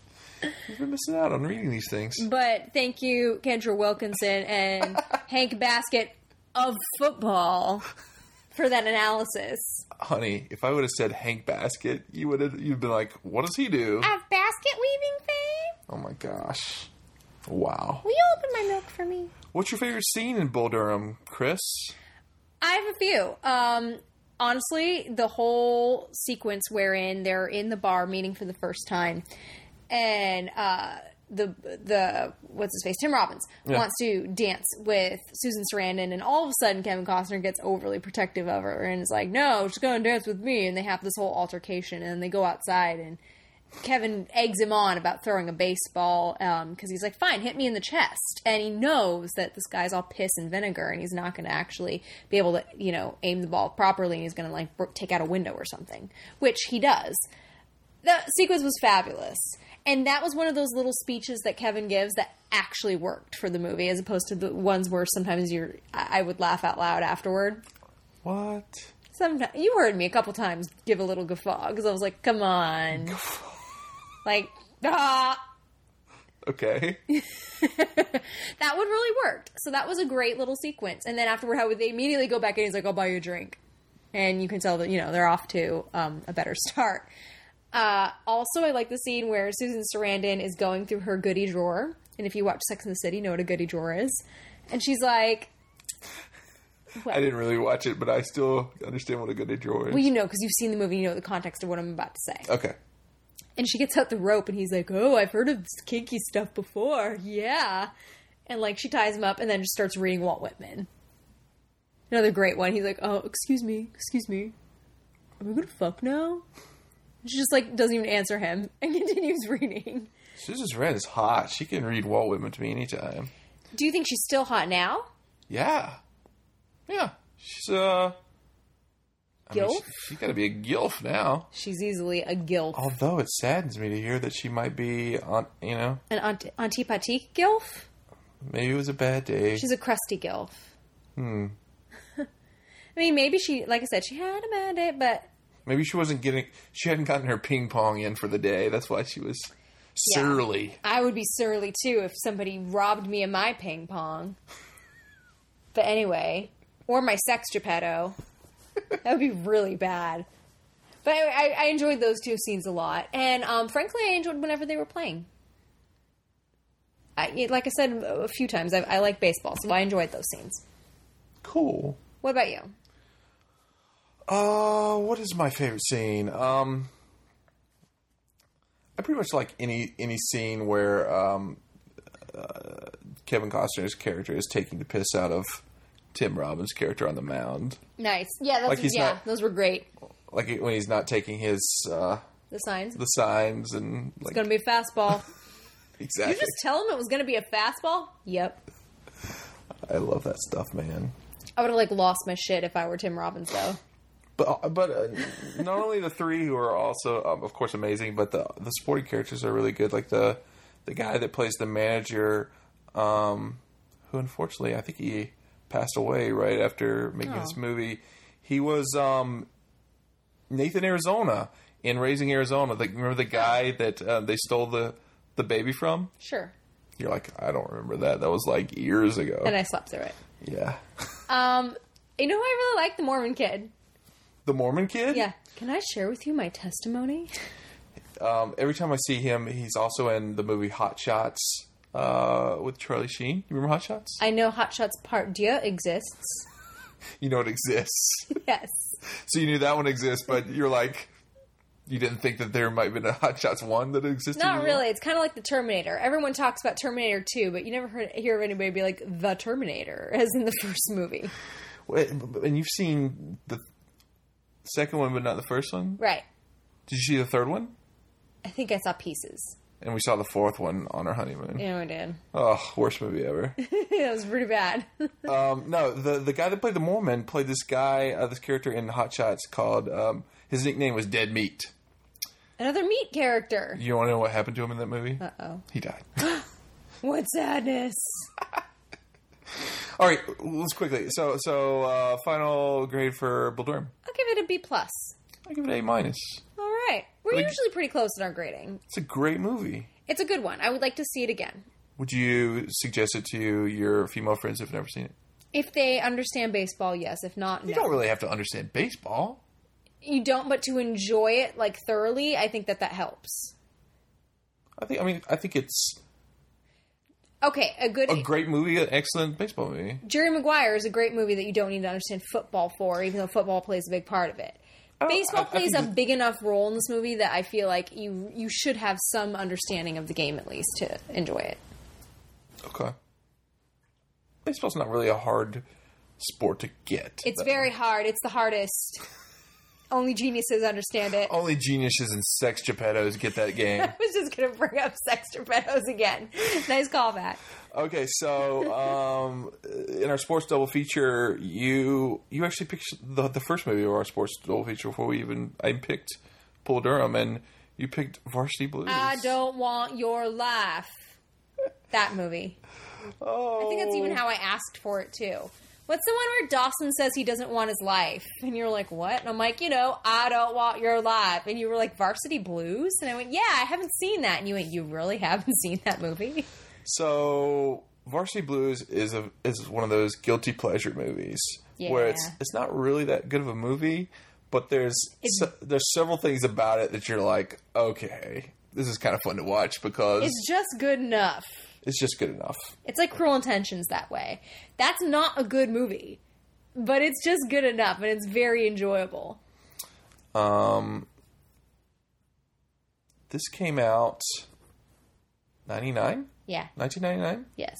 Speaker 2: You've been missing out on reading these things.
Speaker 3: But thank you, Kendra Wilkinson and Hank Basket of football for that analysis.
Speaker 2: Honey, if I would have said Hank Basket, you would have you'd been like, "What does he do?"
Speaker 3: A basket weaving thing?
Speaker 2: Oh my gosh. Wow.
Speaker 3: Will you open my milk for me?
Speaker 2: What's your favorite scene in Bull Durham, Chris?
Speaker 3: I have a few. Um, honestly, the whole sequence wherein they're in the bar meeting for the first time, and uh, the the what's his face Tim Robbins
Speaker 2: Yeah.
Speaker 3: wants to dance with Susan Sarandon, and all of a sudden Kevin Costner gets overly protective of her and is like, "No, she's going to dance with me," and they have this whole altercation, and they go outside and. Kevin eggs him on about throwing a baseball because he's like, fine, hit me in the chest. And he knows that this guy's all piss and vinegar and he's not going to actually be able to, you know, aim the ball properly and he's going to like br- take out a window or something, which he does. The sequence was fabulous. And that was one of those little speeches that Kevin gives that actually worked for the movie as opposed to the ones where sometimes you're, I I would laugh out loud afterward.
Speaker 2: What?
Speaker 3: Sometimes you heard me a couple times give a little guffaw because I was like, "Come on," like ah.
Speaker 2: Okay.
Speaker 3: that one really worked. So that was a great little sequence. And then afterward, how would they immediately go back and he's like, "I'll buy you a drink," and you can tell that you know they're off to um, a better start. Uh, also, I like the scene where Susan Sarandon is going through her goodie drawer, and if you watch Sex and the City, you know what a goodie drawer is. And she's like,
Speaker 2: I didn't really watch it, but I still understand what a good intro is.
Speaker 3: "Well, you know, because you've seen the movie, you know the context of what I'm about to say."
Speaker 2: okay.
Speaker 3: And she gets out the rope, and he's like, "Oh, I've heard of this kinky stuff before, yeah." And like she ties him up, and then just starts reading Walt Whitman. Another great one. He's like, "Oh, excuse me, excuse me, are we gonna fuck now?" And She just like doesn't even answer him and continues reading.
Speaker 2: Susan Sarandon is hot. She can read Walt Whitman to me anytime.
Speaker 3: Do you think she's still hot now?
Speaker 2: Yeah. Yeah. She's uh I mean,
Speaker 3: Gilf?
Speaker 2: she, has got to be a gilf now.
Speaker 3: She's easily a gilf,
Speaker 2: Although it saddens me to hear that she might be on, you know,
Speaker 3: an anti- antipathique gilf.
Speaker 2: maybe it was a bad day.
Speaker 3: She's a crusty gilf. Hmm. I mean, maybe she, like I said, she had a bad day, but
Speaker 2: Maybe she wasn't getting. She hadn't gotten her ping pong in for the day. That's why she was
Speaker 3: Yeah.
Speaker 2: surly.
Speaker 3: I would be surly too if somebody robbed me of my ping pong. But anyway, or my sex Geppetto. That would be really bad. But anyway, I, I enjoyed those two scenes a lot, and um, frankly, I enjoyed whenever they were playing. I, it- like I said a few times, I, I like baseball, so I enjoyed those scenes.
Speaker 2: Cool.
Speaker 3: What about you?
Speaker 2: Uh, what is my favorite scene? Um, I pretty much like any any scene where um, uh, Kevin Costner's character is taking the piss out of Tim Robbins' character on the mound,
Speaker 3: Nice, yeah, that's,
Speaker 2: Like he's
Speaker 3: yeah,
Speaker 2: not-
Speaker 3: those were great.
Speaker 2: like when he's not taking his uh,
Speaker 3: The signs.
Speaker 2: the signs and like
Speaker 3: it's gonna be a fastball.
Speaker 2: exactly.
Speaker 3: you just tell him it was gonna be a fastball. Yep.
Speaker 2: I love that stuff, man.
Speaker 3: I would have like lost my shit if I were Tim Robbins though.
Speaker 2: But but uh, not only the three who are also um, of course amazing, but the the supporting characters are really good. Like the the guy that plays the manager, um, who unfortunately I think he passed away right after making this
Speaker 3: Oh.
Speaker 2: movie. He was um, Nathan Arizona in Raising Arizona. The, remember the guy that uh, they stole the the baby from?
Speaker 3: Sure.
Speaker 2: You're like I don't remember that. That was like years ago.
Speaker 3: And I slept through it.
Speaker 2: yeah,
Speaker 3: Um, you know who I really like? The Mormon kid.
Speaker 2: the Mormon kid.
Speaker 3: Yeah. Can I share with you my testimony?
Speaker 2: Um, every time I see him, he's also in the movie Hot Shots uh, with Charlie Sheen. You remember Hot Shots?
Speaker 3: I know Hot Shots Part Deux exists.
Speaker 2: You know it exists,
Speaker 3: Yes.
Speaker 2: so you knew that one exists, but you're like, you didn't think that there might have been a Hot Shots one that existed.
Speaker 3: Not
Speaker 2: anymore?
Speaker 3: really. It's kind of like the Terminator. Everyone talks about Terminator 2, but you never heard, hear of anybody be like the Terminator, as in the first movie.
Speaker 2: Wait, And you've seen the second one, but not the first one.
Speaker 3: Right.
Speaker 2: Did you see the third one?
Speaker 3: I think I saw pieces.
Speaker 2: And we saw the fourth one on our honeymoon.
Speaker 3: Yeah, I did.
Speaker 2: Oh, worst movie ever.
Speaker 3: that was pretty bad.
Speaker 2: um, no, the the guy that played the Mormon played this guy, uh, this character in Hot Shots called. Um, his nickname was Dead Meat.
Speaker 3: Another meat character.
Speaker 2: You want to know what happened to him in that movie?
Speaker 3: Uh oh.
Speaker 2: He died.
Speaker 3: What sadness.
Speaker 2: All right, let's quickly. So, so uh, final grade for Buldurum.
Speaker 3: I'll give it a B plus.
Speaker 2: I give it A minus.
Speaker 3: All right. We're
Speaker 2: Like-
Speaker 3: usually pretty close in our grading.
Speaker 2: It's a great movie.
Speaker 3: It's a good one. I would like to see it again.
Speaker 2: Would you suggest it to your female friends if never seen it?
Speaker 3: If they understand baseball, yes. If not,
Speaker 2: You
Speaker 3: no.
Speaker 2: don't really have to understand baseball.
Speaker 3: you don't, but to enjoy it like thoroughly, I think that that helps.
Speaker 2: I think. I mean, I think it's
Speaker 3: Okay, a good
Speaker 2: a great movie, an excellent baseball movie.
Speaker 3: Jerry Maguire is a great movie that you don't need to understand football for, even though football plays a big part of it. Baseball
Speaker 2: Oh, I- I
Speaker 3: plays a
Speaker 2: think that-
Speaker 3: big enough role in this movie that I feel like you you should have some understanding of the game at least to enjoy it.
Speaker 2: Okay. Baseball's not really a hard sport to get.
Speaker 3: It's
Speaker 2: though.
Speaker 3: very hard. It's the hardest. Only geniuses understand it.
Speaker 2: only geniuses and sex geppettos get that game.
Speaker 3: I was just gonna bring up sex torpedoes again. nice callback.
Speaker 2: Okay, so um, in our sports double feature, you you actually picked the, the first movie of our sports double feature before we even I picked Paul Durham and you picked Varsity Blues.
Speaker 3: I don't want your life. That movie.
Speaker 2: Oh,
Speaker 3: I think that's even how I asked for it too. What's the one where Dawson says he doesn't want his life? And you're like, what? And I'm like, you know, I don't want your life. And you were like, Varsity Blues? And I went, yeah, I haven't seen that. And you went, you really haven't seen that movie?
Speaker 2: so. Varsity Blues is a is one of those guilty pleasure movies where it's
Speaker 3: Yeah.
Speaker 2: it's not really that good of a movie, but there's se- there's several things about it that you're like, okay, this is kind of fun to watch because
Speaker 3: It's just good enough.
Speaker 2: it's just good enough.
Speaker 3: It's like Cruel Intentions that way. That's not a good movie, but it's just good enough and it's very enjoyable.
Speaker 2: Um, this came out 99?
Speaker 3: Yeah.
Speaker 2: 1999?
Speaker 3: Yes.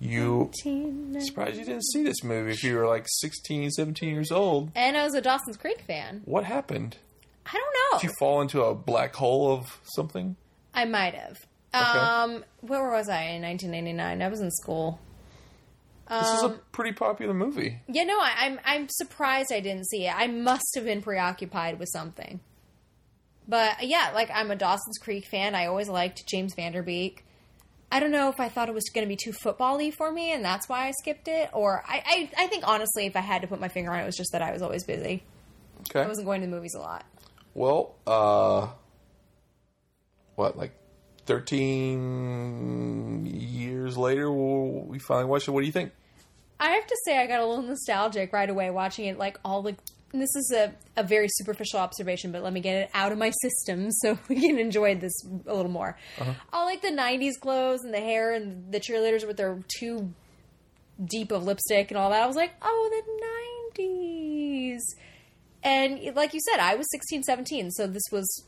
Speaker 2: You
Speaker 3: And
Speaker 2: surprised you didn't see this movie if you were like 16, 17 years old.
Speaker 3: I was a Dawson's Creek fan.
Speaker 2: What happened?
Speaker 3: I don't know.
Speaker 2: Did you fall into a black hole of something?
Speaker 3: I might have. Um, where was I in 1999? I was in school.
Speaker 2: This is a
Speaker 3: Um,
Speaker 2: pretty popular movie.
Speaker 3: Yeah, no, I, I'm I'm surprised I didn't see it. I must have been preoccupied with something. But uh, yeah, like I'm a Dawson's Creek fan. I always liked James Vanderbeek. I don't know if I thought it was going to be too football-y for me, and that's why I skipped it. Or I, I, I think honestly, if I had to put my finger on it, it was just that I was always busy. I
Speaker 2: Okay.
Speaker 3: wasn't going to the movies a lot.
Speaker 2: Well, uh, what, like 13 years later, we'll- we finally watched it. What do you think?
Speaker 3: I have to say, I got a little nostalgic right away watching it. Like all the, and this is a, a very superficial observation, but let me get it out of my system so we can enjoy this a little more.
Speaker 2: Uh-huh.
Speaker 3: All like the '90s clothes and the hair and the cheerleaders with their too deep of lipstick and all that. I was like, oh, the '90s. And like you said, I was 16, 17, so this was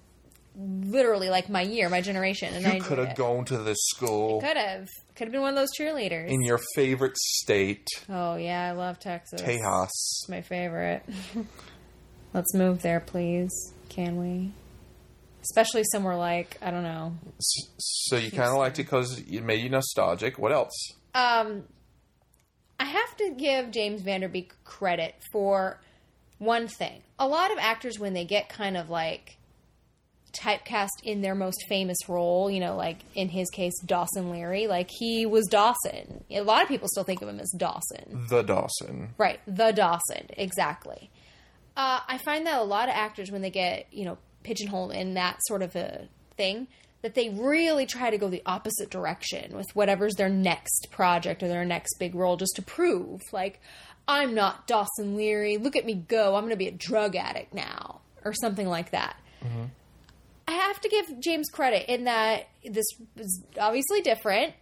Speaker 3: literally like my year, my generation, and I
Speaker 2: You could have gone to this school.
Speaker 3: could have could have been one of those cheerleaders.
Speaker 2: in your favorite state,
Speaker 3: oh yeah, I love Texas.
Speaker 2: Tejas.
Speaker 3: my favorite. Let's move there, please. Can we? Especially somewhere like I don't know.
Speaker 2: S- So you kind of liked it because it made you nostalgic. What else?
Speaker 3: Um, I have to give James Vanderbeek credit for one thing. A lot of actors, when they get kind of like typecast in their most famous role, you know, like in his case, Dawson Leary, like he was Dawson. A lot of people still think of him as Dawson.
Speaker 2: The Dawson.
Speaker 3: Right, the Dawson, exactly. Uh, I find that a lot of actors, when they get you know pigeonholed in that sort of a thing, that they really try to go the opposite direction with whatever's their next project or their next big role, just to prove like I'm not Dawson Leary. Look at me go! I'm going to be a drug addict now, or something like that. I have to give James credit in that this was obviously different.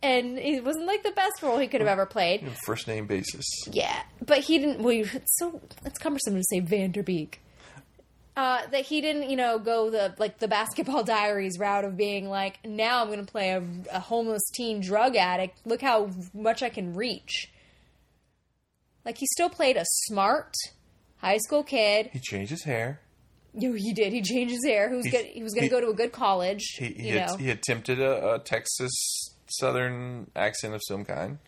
Speaker 3: And it wasn't like the best role he could have ever played.
Speaker 2: First name basis.
Speaker 3: Yeah, but he didn't. Well, you- it's so it's cumbersome to say Vanderbeek. Uh, that he didn't, you know, go the like the Basketball Diaries route of being like, now I'm going to play a, a homeless teen drug addict. Look how much I can reach. Like he still played a smart, high school kid.
Speaker 2: He changed his hair.
Speaker 3: You he did. He changed his hair. Who's
Speaker 2: He-
Speaker 3: gonna, he was going
Speaker 2: he-
Speaker 3: to go to a good college.
Speaker 2: He he,
Speaker 3: you know.
Speaker 2: had, he attempted a, a Texas Southern accent of some kind.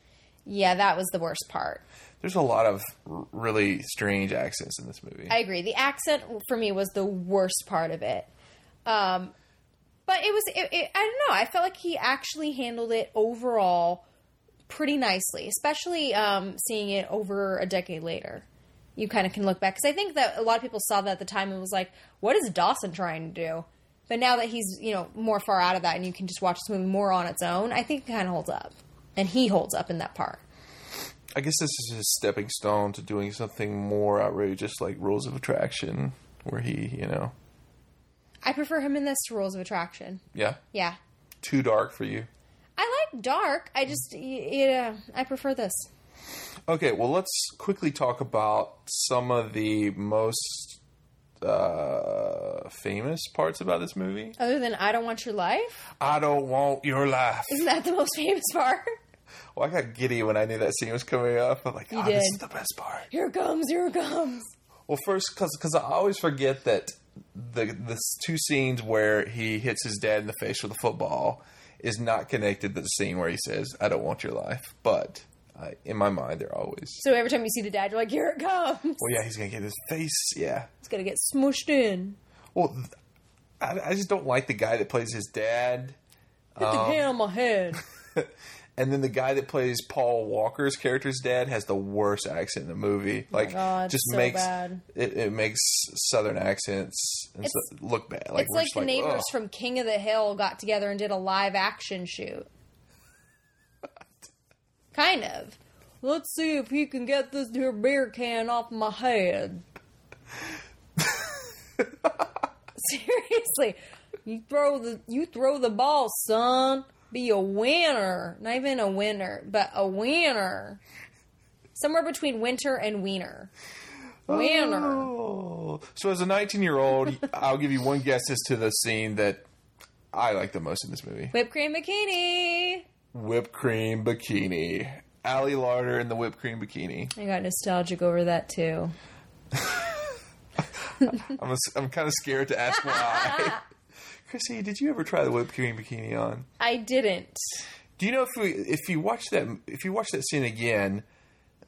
Speaker 3: yeah, that was the worst part.
Speaker 2: There's a lot of r- really strange accents in this movie.
Speaker 3: I agree. The accent for me was the worst part of it. Um, but it was. It, it, I don't know. I felt like he actually handled it overall pretty nicely, especially um, seeing it over a decade later. You kind of can look back because I think that a lot of people saw that at the time and was like, "What is Dawson trying to do?" But now that he's you know more far out of that and you can just watch this movie more on its own, I think it kind of holds up, and he holds up in that part.
Speaker 2: I guess this is his stepping stone to doing something more outrageous, like Rules of Attraction, where he, you know,
Speaker 3: I prefer him in this to Rules of Attraction.
Speaker 2: yeah,
Speaker 3: Yeah,
Speaker 2: too dark for you.
Speaker 3: I like dark. I just, y- yeah, I prefer this.
Speaker 2: Okay, well, let's quickly talk about some of the most uh, famous parts about this movie.
Speaker 3: Other than I don't want your life,
Speaker 2: I don't want your life.
Speaker 3: isn't that the most famous part?
Speaker 2: Well, I got giddy when I knew that scene was coming up. I'm like, ah, this
Speaker 3: did.
Speaker 2: is the best part.
Speaker 3: Here it comes, here it comes.
Speaker 2: Well, first, because I always forget that the the s- two scenes where he hits his dad in the face with a football is not connected to the scene where he says, "I don't want your life," but. I, in my mind, they're always.
Speaker 3: So every time you see the dad, you're like, here it comes.
Speaker 2: Well, yeah, he's gonna get his face. Yeah.
Speaker 3: It's gonna get smushed in
Speaker 2: Well, th- I, I just don't like the guy that plays his dad,
Speaker 3: with the hand on my head.
Speaker 2: and then the guy that plays Paul Walker's character's dad has the worst accent in the movie. Like,
Speaker 3: Oh God,
Speaker 2: just
Speaker 3: so
Speaker 2: makes
Speaker 3: bad.
Speaker 2: It, it makes southern accents and so, look bad. Like,
Speaker 3: It's
Speaker 2: we're
Speaker 3: like
Speaker 2: just
Speaker 3: the neighbors
Speaker 2: ugh.
Speaker 3: from King of the Hill got together and did a live action shoot. kind of. Let's see if he can get this here beer can off my head. Seriously, you throw the you throw the ball, son. Be a winner, not even a winner, but a winner. Somewhere between winter and wiener. Winner.
Speaker 2: Oh. So, as a 19 year old, I'll give you one guess as to the scene that I like the most in this movie
Speaker 3: Whipped cream bikini.
Speaker 2: Whipped Cream Bikini. Allie Larder in the Whipped Cream Bikini.
Speaker 3: I got nostalgic over that too.
Speaker 2: I'm, a, I'm kind of scared to ask why. Chrissy, did you ever try the Whipped Cream Bikini on?
Speaker 3: I didn't.
Speaker 2: Do you know if we, if you watch that if you watch that scene again,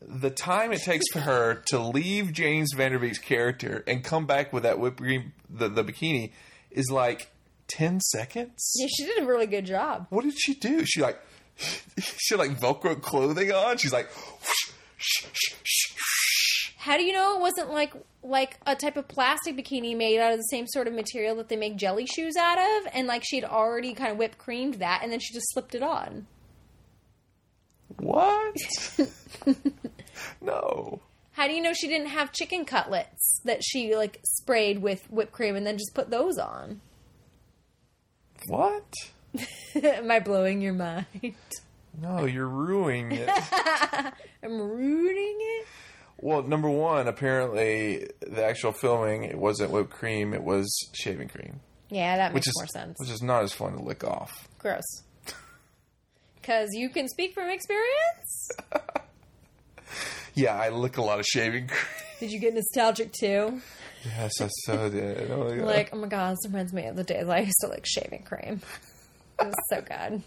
Speaker 2: the time it takes for her to leave James Vanderbeek's character and come back with that whipped cream the, the bikini is like ten seconds.
Speaker 3: Yeah, she did a really good job.
Speaker 2: What did she do? She like she had, like Velcro clothing on. She's like.
Speaker 3: How do you know it wasn't like like a type of plastic bikini made out of the same sort of material that they make jelly shoes out of? And like she'd already kind of whipped creamed that, and then she just slipped it on.
Speaker 2: What? no.
Speaker 3: How do you know she didn't have chicken cutlets that she like sprayed with whipped cream and then just put those on?
Speaker 2: What?
Speaker 3: Am I blowing your mind?
Speaker 2: No, you're ruining it.
Speaker 3: I'm ruining it.
Speaker 2: Well, number one, apparently the actual filming it wasn't whipped cream; it was shaving cream,
Speaker 3: Yeah, that
Speaker 2: which
Speaker 3: makes
Speaker 2: is
Speaker 3: more sense.
Speaker 2: which is not as fun to lick off.
Speaker 3: Gross. Because you can speak from experience.
Speaker 2: Yeah, I lick a lot of shaving cream.
Speaker 3: Did you get nostalgic too?
Speaker 2: yes, I so did. Oh my God.
Speaker 3: Like, oh my god, this reminds me of the days I used to like shaving cream. It was so good.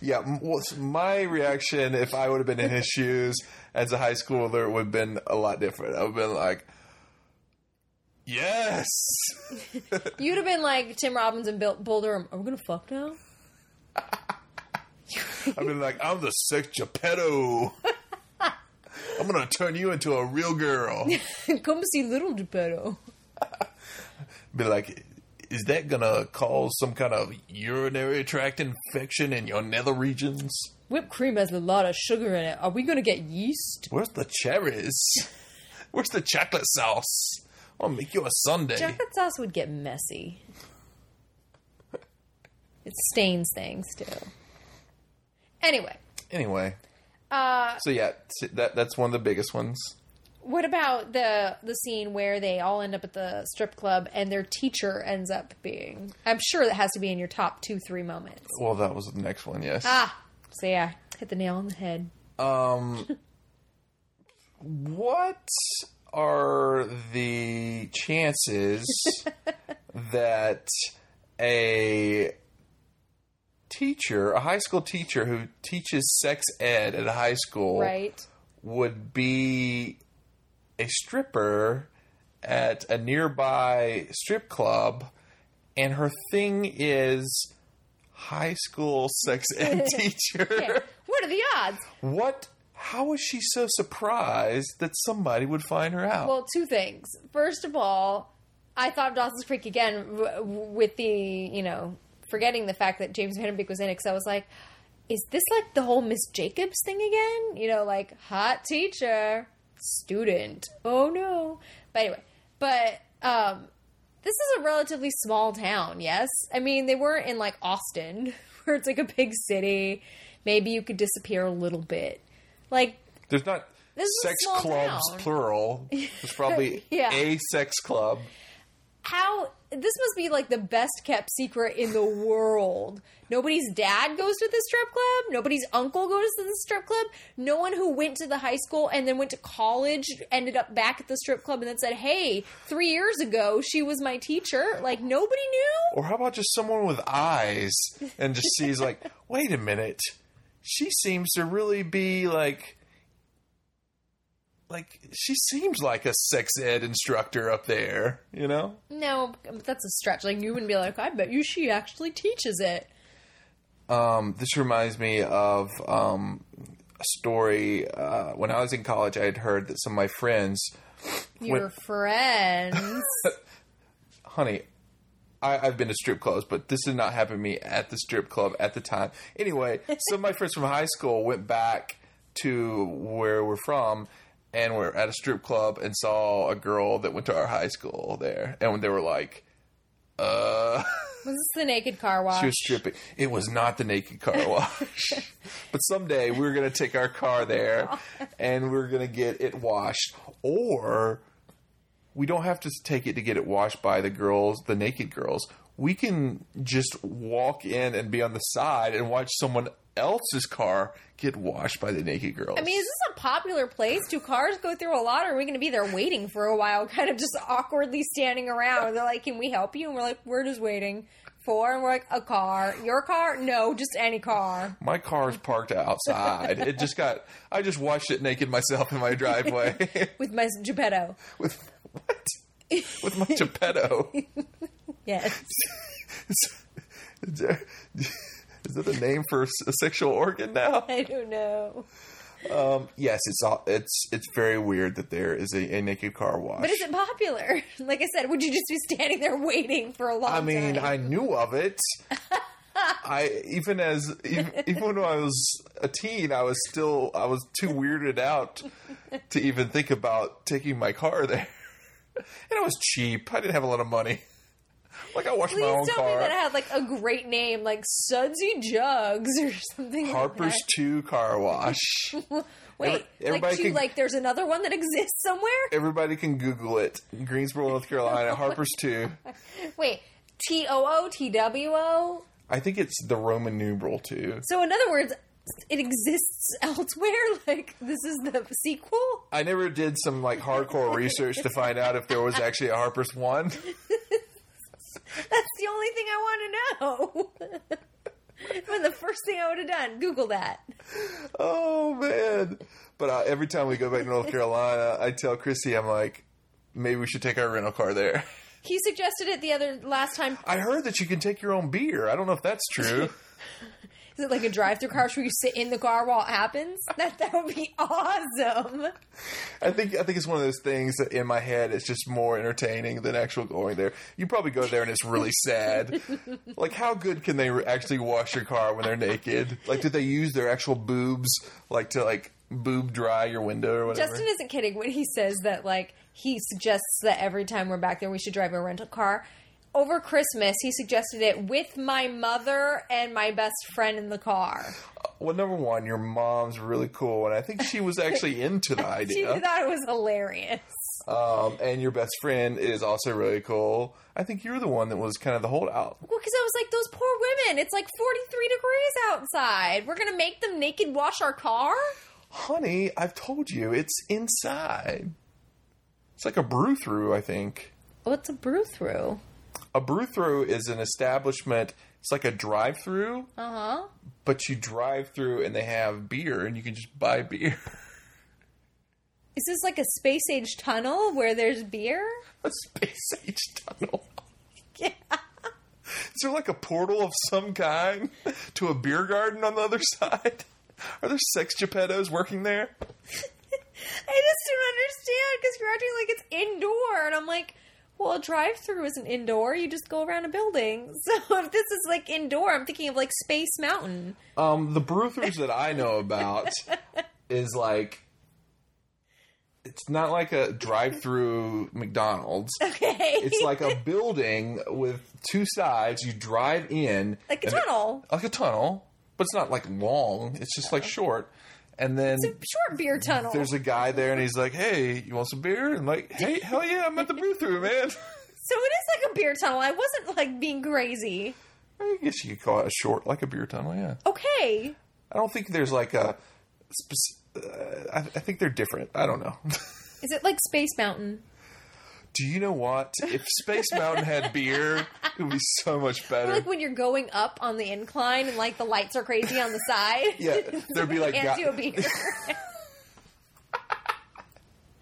Speaker 2: yeah, m- well, s- my reaction if I would have been in his shoes as a high schooler would have been a lot different. I've been like, yes,
Speaker 3: You'd have been like Tim Robbins and Bill, Bull Durham. Are we gonna fuck now?
Speaker 2: I've been like, I'm the sick Geppetto. I'm gonna turn you into a real girl.
Speaker 3: Come see Little Geppetto.
Speaker 2: be like, is that gonna cause some kind of urinary tract infection in your nether regions?
Speaker 3: Whipped cream has a lot of sugar in it. Are we gonna get yeast?
Speaker 2: Where's the cherries? Where's the chocolate sauce? I'll make you a sundae.
Speaker 3: Chocolate sauce would get messy. It stains things too. Anyway,
Speaker 2: anyway, uh, so yeah, t- that that's one of the biggest ones.
Speaker 3: what about the the scene where they all end up at the strip club and their teacher ends up being? I'm sure that has to be in your top two three moments.
Speaker 2: Well, that was the next one. Yes.
Speaker 3: Ah, so yeah, hit the nail on the head.
Speaker 2: Um, what are the chances that a teacher, a high school teacher who teaches sex ed at a high school,
Speaker 3: right?
Speaker 2: would be a stripper at a nearby strip club, and her thing is high school sex ed teacher.
Speaker 3: Yeah. What are the odds?
Speaker 2: What? How was she so surprised that somebody would find her out?
Speaker 3: Well, two things. First of all, I thought of Dawson's Creek again w- w- with the, you know, forgetting the fact that James Van Beek was in it because I was like, is this like the whole Miss Jacobs thing again? You know, like hot teacher, student. Oh no. But anyway, but um, this is a relatively small town, yes? I mean, they weren't in like Austin where it's like a big city. Maybe you could disappear a little bit. Like,
Speaker 2: There's not
Speaker 3: This is a
Speaker 2: sex
Speaker 3: small
Speaker 2: clubs
Speaker 3: town.
Speaker 2: plural. There's probably
Speaker 3: Yeah.
Speaker 2: a sex club.
Speaker 3: how this must be like the best kept secret in the world. Nobody's dad goes to the strip club. Nobody's uncle goes to the strip club. No one who went to the high school and then went to college ended up back at the strip club and then said, "Hey, three years ago she was my teacher." Like nobody knew.
Speaker 2: Or how about just someone with eyes and just sees like, wait a minute, she seems to really be like, like she seems like a sex ed instructor up there, you know?
Speaker 3: No, that's a stretch. Like you wouldn't be like, "I bet you she actually teaches it."
Speaker 2: Um, this reminds me of um, a story. Uh, when I was in college, I had heard that some of my friends
Speaker 3: Your friends.
Speaker 2: honey, I, I've been to strip clubs, but this did not happen to me at the strip club at the time. Anyway, some of my friends from high school went back to where we're from and were at a strip club and saw a girl that went to our high school there. And they were like, uh,
Speaker 3: was this the naked car wash?
Speaker 2: she was stripping. It was not the naked car wash. but someday we're going to take our car there and we're going to get it washed. Or we don't have to take it to get it washed by the girls, the naked girls. We can just walk in and be on the side and watch someone else's car get washed by the naked girls.
Speaker 3: I mean, is this a popular place? Do cars go through a lot, or are we going to be there waiting for a while, kind of just awkwardly standing around? They're like, "Can we help you?" And we're like, "We're just waiting for." And we're like, "A car? Your car? No, just any car."
Speaker 2: my car's parked outside. it just got, I just washed it naked myself in my driveway
Speaker 3: With my Geppetto,
Speaker 2: with, what? With my Geppetto.
Speaker 3: yes.
Speaker 2: Is there- is that a name for a sexual organ now?
Speaker 3: I don't know,
Speaker 2: Yes, it's all, it's it's very weird that there is a, a naked car wash.
Speaker 3: but is it popular? Like I said, would you just be standing there waiting for a long
Speaker 2: I
Speaker 3: time?
Speaker 2: mean, I knew of it. I even as even, even when I was a teen, I was still I was too weirded out to even think about taking my car there. And it was cheap. I didn't have a lot of money. Like I washed my own
Speaker 3: Please tell
Speaker 2: car.
Speaker 3: me that I had like a great name, like Sudsy Jugs or something. like
Speaker 2: Harper's
Speaker 3: that.
Speaker 2: Two Car Wash.
Speaker 3: Wait,
Speaker 2: everybody
Speaker 3: like, do you,
Speaker 2: can-
Speaker 3: like there's another one that exists somewhere.
Speaker 2: Everybody can Google it. Greensboro, North Carolina, Harper's Two.
Speaker 3: Wait, T O O T W O.
Speaker 2: I think it's the Roman numeral two.
Speaker 3: So in other words, it exists elsewhere. Like this is the sequel.
Speaker 2: I never did some like hardcore research to find out if there was actually a Harper's One.
Speaker 3: That's the only thing I want to know. But the first thing I would have done, Google that.
Speaker 2: Oh man! But uh, every time we go back to North Carolina, I tell Chrissy, I'm like, maybe we should take our rental car there.
Speaker 3: He suggested it the other last time.
Speaker 2: I heard that you can take your own beer. I don't know if that's true.
Speaker 3: Is it like a drive-through car where you sit in the car while it happens? That that would be awesome.
Speaker 2: I think I think it's one of those things that in my head it's just more entertaining than actual going there. You probably go there and it's really sad. like how good can they re- actually wash your car when they're naked? Like did they use their actual boobs like to like boob dry your window or whatever?
Speaker 3: Justin isn't kidding when he says that like he suggests that every time we're back there we should drive a rental car. Over Christmas, he suggested it with my mother and my best friend in the car.
Speaker 2: well, number one, your mom's really cool, and I think she was actually into the
Speaker 3: She
Speaker 2: idea.
Speaker 3: thought it was hilarious.
Speaker 2: Um, and your best friend is also really cool. I think you're the one that was kind of the holdout.
Speaker 3: Well, because I was like, those poor women, it's like 43 degrees outside. We're going to make them naked wash our car?
Speaker 2: Honey, I've told you it's inside. It's like a brew through, I think.
Speaker 3: What's a brew through?
Speaker 2: A brew through is an establishment. It's like a drive through,
Speaker 3: Uh huh.
Speaker 2: but you drive through and they have beer and you can just buy beer.
Speaker 3: Is this like a space age tunnel where there's beer?
Speaker 2: a space age tunnel. Is there like a portal of some kind to a beer garden on the other side? Are there sex Geppettos working there?
Speaker 3: I just don't understand because you're acting like it's indoor, and I'm like, well, a drive-through isn't indoor. You just go around a building. So if this is like indoor, I'm thinking of like Space Mountain.
Speaker 2: Um, the brew throughs that I know about is like it's not like a drive-through McDonald's.
Speaker 3: Okay,
Speaker 2: It's like a building with two sides. You drive in
Speaker 3: Like a
Speaker 2: and it-
Speaker 3: tunnel.
Speaker 2: like a tunnel, but it's not like long. It's just like short. And then
Speaker 3: a short beer tunnel.
Speaker 2: there's a guy there, and he's like, "Hey, you want some beer?" And like, "Hey, hell yeah, I'm at the brew through, man."
Speaker 3: so it is like a beer tunnel. I wasn't like being crazy.
Speaker 2: I guess you could call it a short, like a beer tunnel. Yeah,
Speaker 3: Okay,
Speaker 2: I don't think there's like a. spec- uh, I, I think they're different. I don't know.
Speaker 3: is it like Space Mountain?
Speaker 2: Do you know what? If Space Mountain had beer, it would be so much better.
Speaker 3: Like when you're going up on the incline and like the lights are crazy on the side.
Speaker 2: yeah, there'd be like
Speaker 3: Hands
Speaker 2: guy-
Speaker 3: you a beer. Because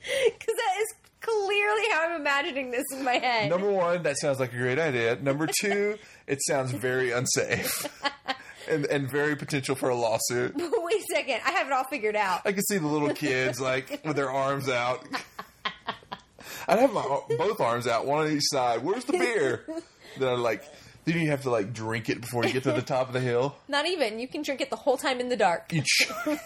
Speaker 3: that is clearly how I'm imagining this in my head.
Speaker 2: Number one, that sounds like a great idea. Number two, it sounds very unsafe and, and very potential for a lawsuit.
Speaker 3: Wait a second, I have it all figured out.
Speaker 2: I could see the little kids like with their arms out. I'd have my both arms out, one on each side. Where's the beer? Then I'd like, then you have to like drink it before you get to the top of the hill.
Speaker 3: Not even. You can drink it the whole time in the dark.
Speaker 2: You ch-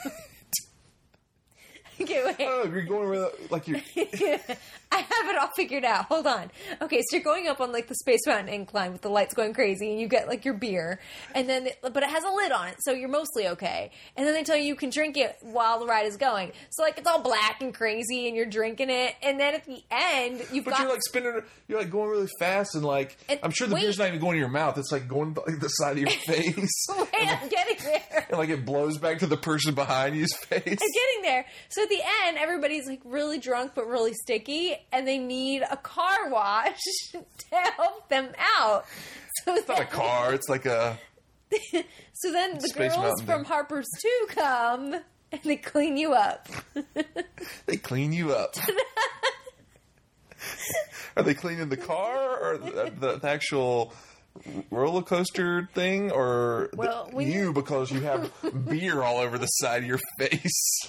Speaker 3: Okay, wait.
Speaker 2: Oh, you're going around like you.
Speaker 3: I have it all figured out. Hold on. Okay, so you're going up on like the Space Mountain incline with the lights going crazy, and you get like your beer, and then but it has a lid on it, so you're mostly okay. And then they tell you you can drink it while the ride is going. So like it's all black and crazy, and you're drinking it, and then at the end you've
Speaker 2: But
Speaker 3: got
Speaker 2: you're like spinning. You're like going really fast, and like
Speaker 3: And
Speaker 2: I'm sure the
Speaker 3: wait.
Speaker 2: beer's not even going to your mouth. It's like going to like, the side of your face,
Speaker 3: Wait, I'm getting there.
Speaker 2: and like it blows back to the person behind you's face.
Speaker 3: I'm getting there. So at the end, everybody's like really drunk but really sticky, and they need a car wash to help them out. So
Speaker 2: It's not
Speaker 3: then,
Speaker 2: a car. It's like a.
Speaker 3: so then the
Speaker 2: Space
Speaker 3: girls
Speaker 2: Mountain
Speaker 3: from
Speaker 2: thing.
Speaker 3: Harper's Two come and they clean you up.
Speaker 2: They clean you up. are they cleaning the car or the, uh, the, the actual roller coaster thing or the-
Speaker 3: Well, when
Speaker 2: you
Speaker 3: you-
Speaker 2: because you have beer all over the side of your face?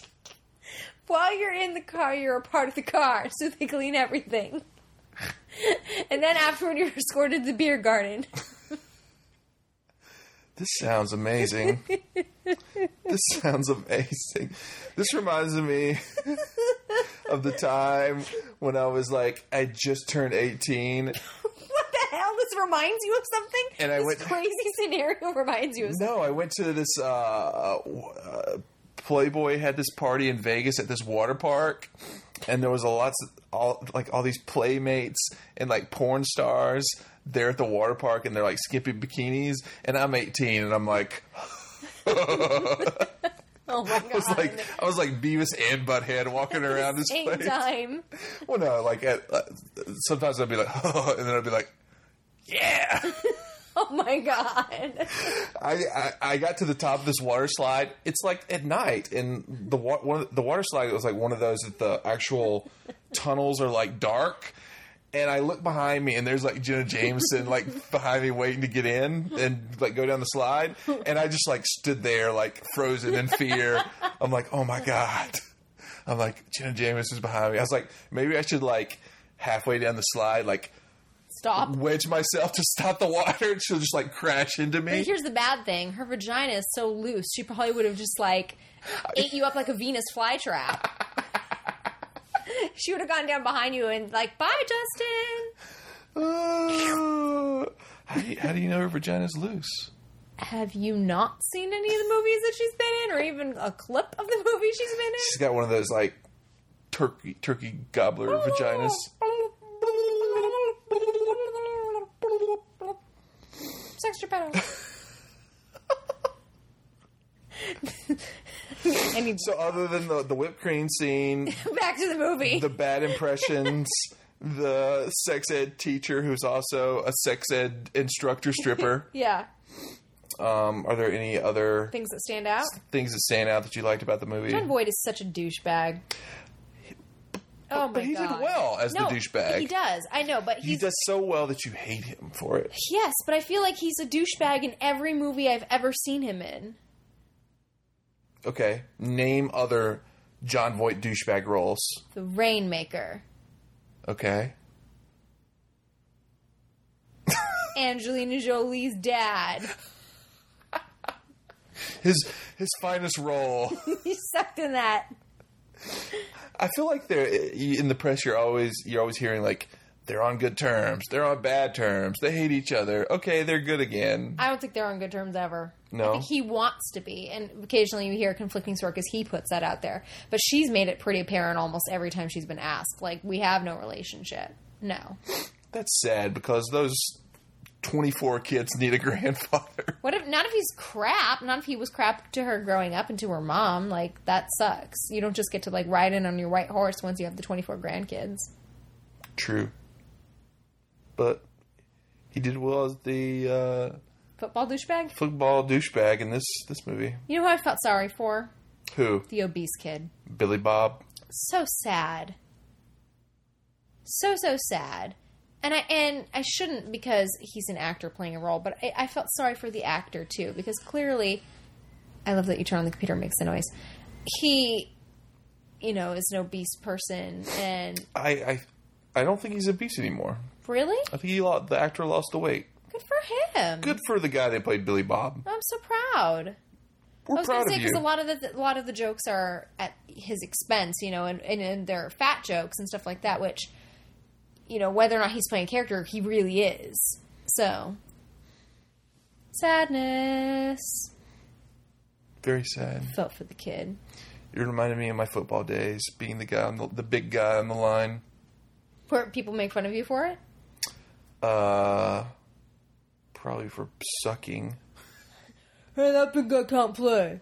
Speaker 3: While you're in the car, you're a part of the car, so they clean everything. and then afterward, you're escorted to the beer garden.
Speaker 2: This sounds amazing. this sounds amazing. This reminds me of the time when I was like, I just turned 18
Speaker 3: what the hell? This reminds you of something?
Speaker 2: And I
Speaker 3: this
Speaker 2: went-
Speaker 3: crazy scenario reminds you of something.
Speaker 2: No, I went to this. Uh, uh, Playboy had this party in Vegas at this water park, and there was a lots of all like all these playmates and like porn stars there at the water park, and they're like skimpy bikinis. And I'm 18, and I'm like,
Speaker 3: Oh my god!
Speaker 2: I was like, I was like Beavis and Butthead walking around this
Speaker 3: same
Speaker 2: place.
Speaker 3: time.
Speaker 2: Well, no, like at, uh, sometimes I'd be like, and then I'd be like, yeah.
Speaker 3: Oh my god.
Speaker 2: I, I I got to the top of this water slide. It's like at night, and the wa- one of the, the water slide was like one of those that the actual tunnels are like dark. And I look behind me, and there's like Jenna Jameson like behind me waiting to get in and like go down the slide. And I just like stood there like frozen in fear. I'm like, oh my god. I'm like Jenna Jameson's behind me. I was like, maybe I should like halfway down the slide like
Speaker 3: Stop.
Speaker 2: wedge myself to stop the water, and she'll just like crash into me.
Speaker 3: But here's the bad thing: her vagina is so loose. She probably would have just like ate you up like a Venus flytrap. she would have gone down behind you and like, "Bye, Justin."
Speaker 2: Uh, how, do you, how do you know her vagina's loose?
Speaker 3: Have you not seen any of the movies that she's been in, or even a clip of the movie she's been in?
Speaker 2: She's got one of those like turkey turkey gobbler
Speaker 3: Oh.
Speaker 2: vaginas.
Speaker 3: Sex Geppetto. Any-
Speaker 2: So other than the the whipped cream scene,
Speaker 3: back to the movie.
Speaker 2: the bad impressions, the sex ed teacher who's also a sex ed instructor stripper,
Speaker 3: yeah.
Speaker 2: um, are there any other
Speaker 3: Things that stand out.
Speaker 2: things that stand out that you liked about the movie?
Speaker 3: John Voight is such a douchebag. Oh my
Speaker 2: but he did
Speaker 3: God.
Speaker 2: well as the
Speaker 3: No,
Speaker 2: douchebag.
Speaker 3: He does. I know, but he's
Speaker 2: He does so well that you hate him for it.
Speaker 3: yes, but I feel like he's a douchebag in every movie I've ever seen him in.
Speaker 2: Okay, name other John Voight douchebag roles.
Speaker 3: The Rainmaker,
Speaker 2: Okay,
Speaker 3: Angelina Jolie's dad.
Speaker 2: his his finest role.
Speaker 3: he sucked in that.
Speaker 2: I feel like they're eh, in the press. You're always you're always hearing like they're on good terms. They're on bad terms. They hate each other. Okay, they're good again.
Speaker 3: I don't think they're on good terms ever.
Speaker 2: No?
Speaker 3: I think he wants to be, and occasionally you hear conflicting stories because he puts that out there. But she's made it pretty apparent almost every time she's been asked. Like we have no relationship. No.
Speaker 2: That's sad because those twenty four kids need a grandfather.
Speaker 3: What if not if he's crap? Not if he was crap to her growing up and to her mom. Like that sucks. You don't just get to like ride in on your white horse once you have the twenty four grandkids.
Speaker 2: True, but he did well as the uh,
Speaker 3: Football douchebag.
Speaker 2: football douchebag in this this movie.
Speaker 3: You know who I felt sorry for?
Speaker 2: Who
Speaker 3: The obese kid.
Speaker 2: Billy Bob?
Speaker 3: so sad so so sad and i and i shouldn't because he's an actor playing a role but i, I felt sorry for the actor too because clearly i love that you turn on the computer and it makes the noise he you know is an obese person and
Speaker 2: I I I don't think he's obese anymore.
Speaker 3: really
Speaker 2: I think he lost, the actor lost the weight.
Speaker 3: good for him
Speaker 2: Good for the guy that played Billy Bob.
Speaker 3: i'm so proud
Speaker 2: We're
Speaker 3: I was
Speaker 2: proud
Speaker 3: gonna say
Speaker 2: of you.
Speaker 3: because a lot of the a lot of the jokes are at his expense, you know, and, and and they're fat jokes and stuff like that, which, you know, whether or not he's playing a character, he really is. So, sadness
Speaker 2: Very sad.
Speaker 3: felt for the kid.
Speaker 2: It reminded me of my football days, being the guy on the, the big guy on the line.
Speaker 3: Poor people make fun of you for it.
Speaker 2: Uh, probably for sucking.
Speaker 3: Hey, that big guy can't play.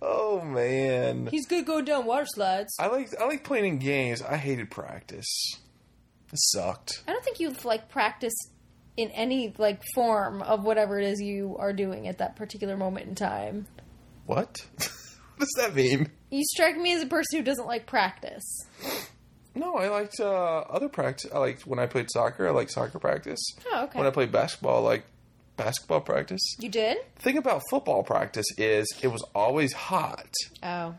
Speaker 2: Oh man,
Speaker 3: He's gonna go down water slides.
Speaker 2: I like I like playing in games. I hated practice. It sucked.
Speaker 3: I don't think you've like practiced in any like form of whatever it is you are doing at that particular moment in time.
Speaker 2: What? what does that mean?
Speaker 3: You strike me as a person who doesn't like practice.
Speaker 2: No, I liked uh, other practice. I liked when I played soccer. I liked soccer practice.
Speaker 3: Oh, okay.
Speaker 2: When I played basketball, I liked basketball practice.
Speaker 3: You did?
Speaker 2: The thing about football practice is it was always hot.
Speaker 3: Oh.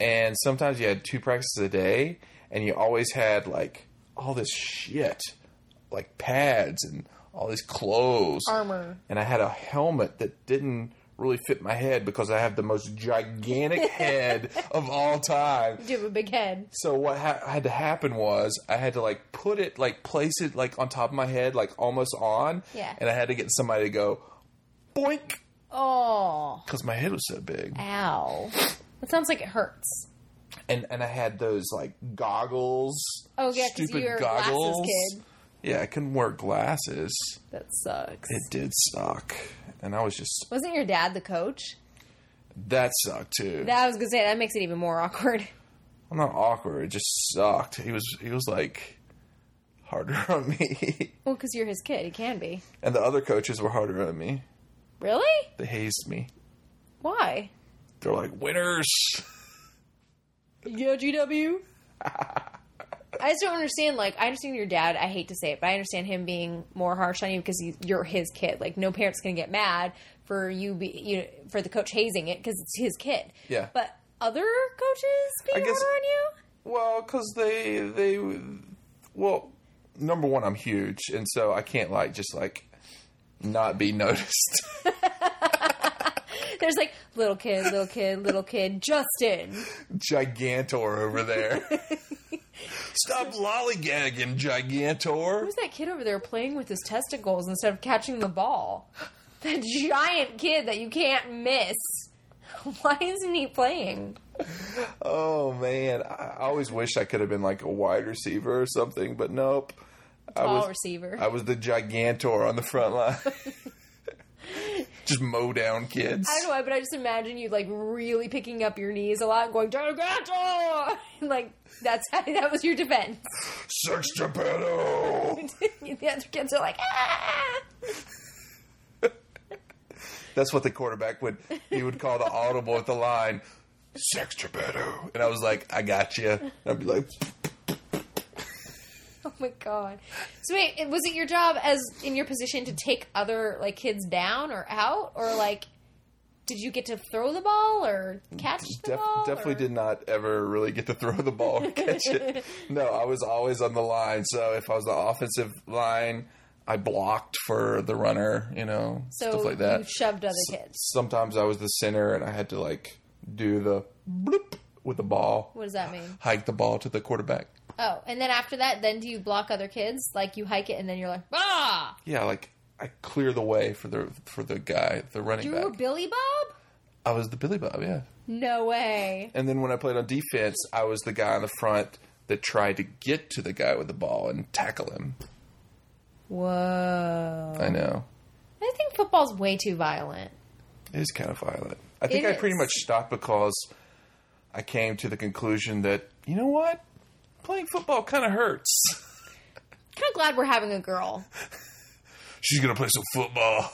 Speaker 2: and sometimes you had two practices a day and you always had like all this shit like pads and all these clothes
Speaker 3: Armor.
Speaker 2: and i had a helmet that didn't really fit my head because i have the most gigantic head of all time
Speaker 3: You have a big head.
Speaker 2: so what ha- had to happen was I had to like put it like place it like on top of my head like almost on,
Speaker 3: Yeah.
Speaker 2: and I had to get somebody to go boink
Speaker 3: Oh.
Speaker 2: because my head was so big.
Speaker 3: Ow. That sounds like it hurts.
Speaker 2: and and I had those like goggles.
Speaker 3: Oh, yeah, 'cause you're a glasses kid.
Speaker 2: Yeah, I couldn't wear glasses.
Speaker 3: That sucks.
Speaker 2: It did suck, and I was just
Speaker 3: Wasn't your dad the coach?
Speaker 2: that sucked too.
Speaker 3: That I was gonna say that makes it even more awkward.
Speaker 2: I'm not awkward. It just sucked. He was he was like harder on me,
Speaker 3: Well, because you're his kid, he can be.
Speaker 2: and the other coaches were harder on me.
Speaker 3: Really?
Speaker 2: They hazed me.
Speaker 3: Why?
Speaker 2: They're like winners.
Speaker 3: Yeah, GW. I just don't understand. Like, I understand your dad. I hate to say it, but I understand him being more harsh on you because he's, you're his kid. Like, no parent's gonna get mad for you be you know, for the coach hazing it because it's his kid.
Speaker 2: Yeah.
Speaker 3: But other coaches being
Speaker 2: I guess-
Speaker 3: harder on you.
Speaker 2: Well, because they they well, number one, I'm huge, and so I can't like just like not be noticed.
Speaker 3: There's like little kid, little kid, little kid, Justin.
Speaker 2: Gigantor over there. Stop lollygagging, Gigantor.
Speaker 3: Who's that kid over there playing with his testicles instead of catching the ball? That giant kid that you can't miss. Why isn't he playing?
Speaker 2: Oh man, I I always wish I could have been like a wide receiver or something, but nope. I
Speaker 3: Ball
Speaker 2: was
Speaker 3: receiver.
Speaker 2: I was the Gigantor on the front line. just mow down kids.
Speaker 3: I don't know why, but I just imagine you like really picking up your knees a lot and going Delgato! And, like that's how, that was your defense.
Speaker 2: Search the pedal.
Speaker 3: the other kids are like, ah!
Speaker 2: That's what the quarterback would he would call the audible at the line. Sex Geppetto. And I was like, I got you. And I'd be like,
Speaker 3: oh my god. So wait, it- was it your job as in your position to take other like kids down or out or like? Did you get to throw the ball or catch the
Speaker 2: Def-
Speaker 3: ball?
Speaker 2: definitely
Speaker 3: or-
Speaker 2: did not ever really get to throw the ball or catch it. No, I was always on the line. So if I was the offensive line, I blocked for the runner, you know,
Speaker 3: So
Speaker 2: stuff like that.
Speaker 3: you shoved other kids.
Speaker 2: Sometimes I was the center and I had to like do the bloop with the ball,
Speaker 3: What does that mean?
Speaker 2: hike the ball to the quarterback.
Speaker 3: Oh, and then after that, then do you block other kids? Like you hike it and then you're like, ah!
Speaker 2: Yeah, like I clear the way for the for the guy, the running
Speaker 3: You
Speaker 2: back.
Speaker 3: were Billy Bob?
Speaker 2: I was the Billy Bob, yeah.
Speaker 3: No way.
Speaker 2: And then when I played on defense, I was the guy on the front that tried to get to the guy with the ball and tackle him.
Speaker 3: Whoa.
Speaker 2: I know.
Speaker 3: I think football's way too violent.
Speaker 2: It is kind of violent. I think
Speaker 3: It
Speaker 2: I pretty
Speaker 3: is.
Speaker 2: much stopped because I came to the conclusion that, you know what? Playing football kind of hurts.
Speaker 3: Kind of glad we're having a girl.
Speaker 2: She's going to play some football.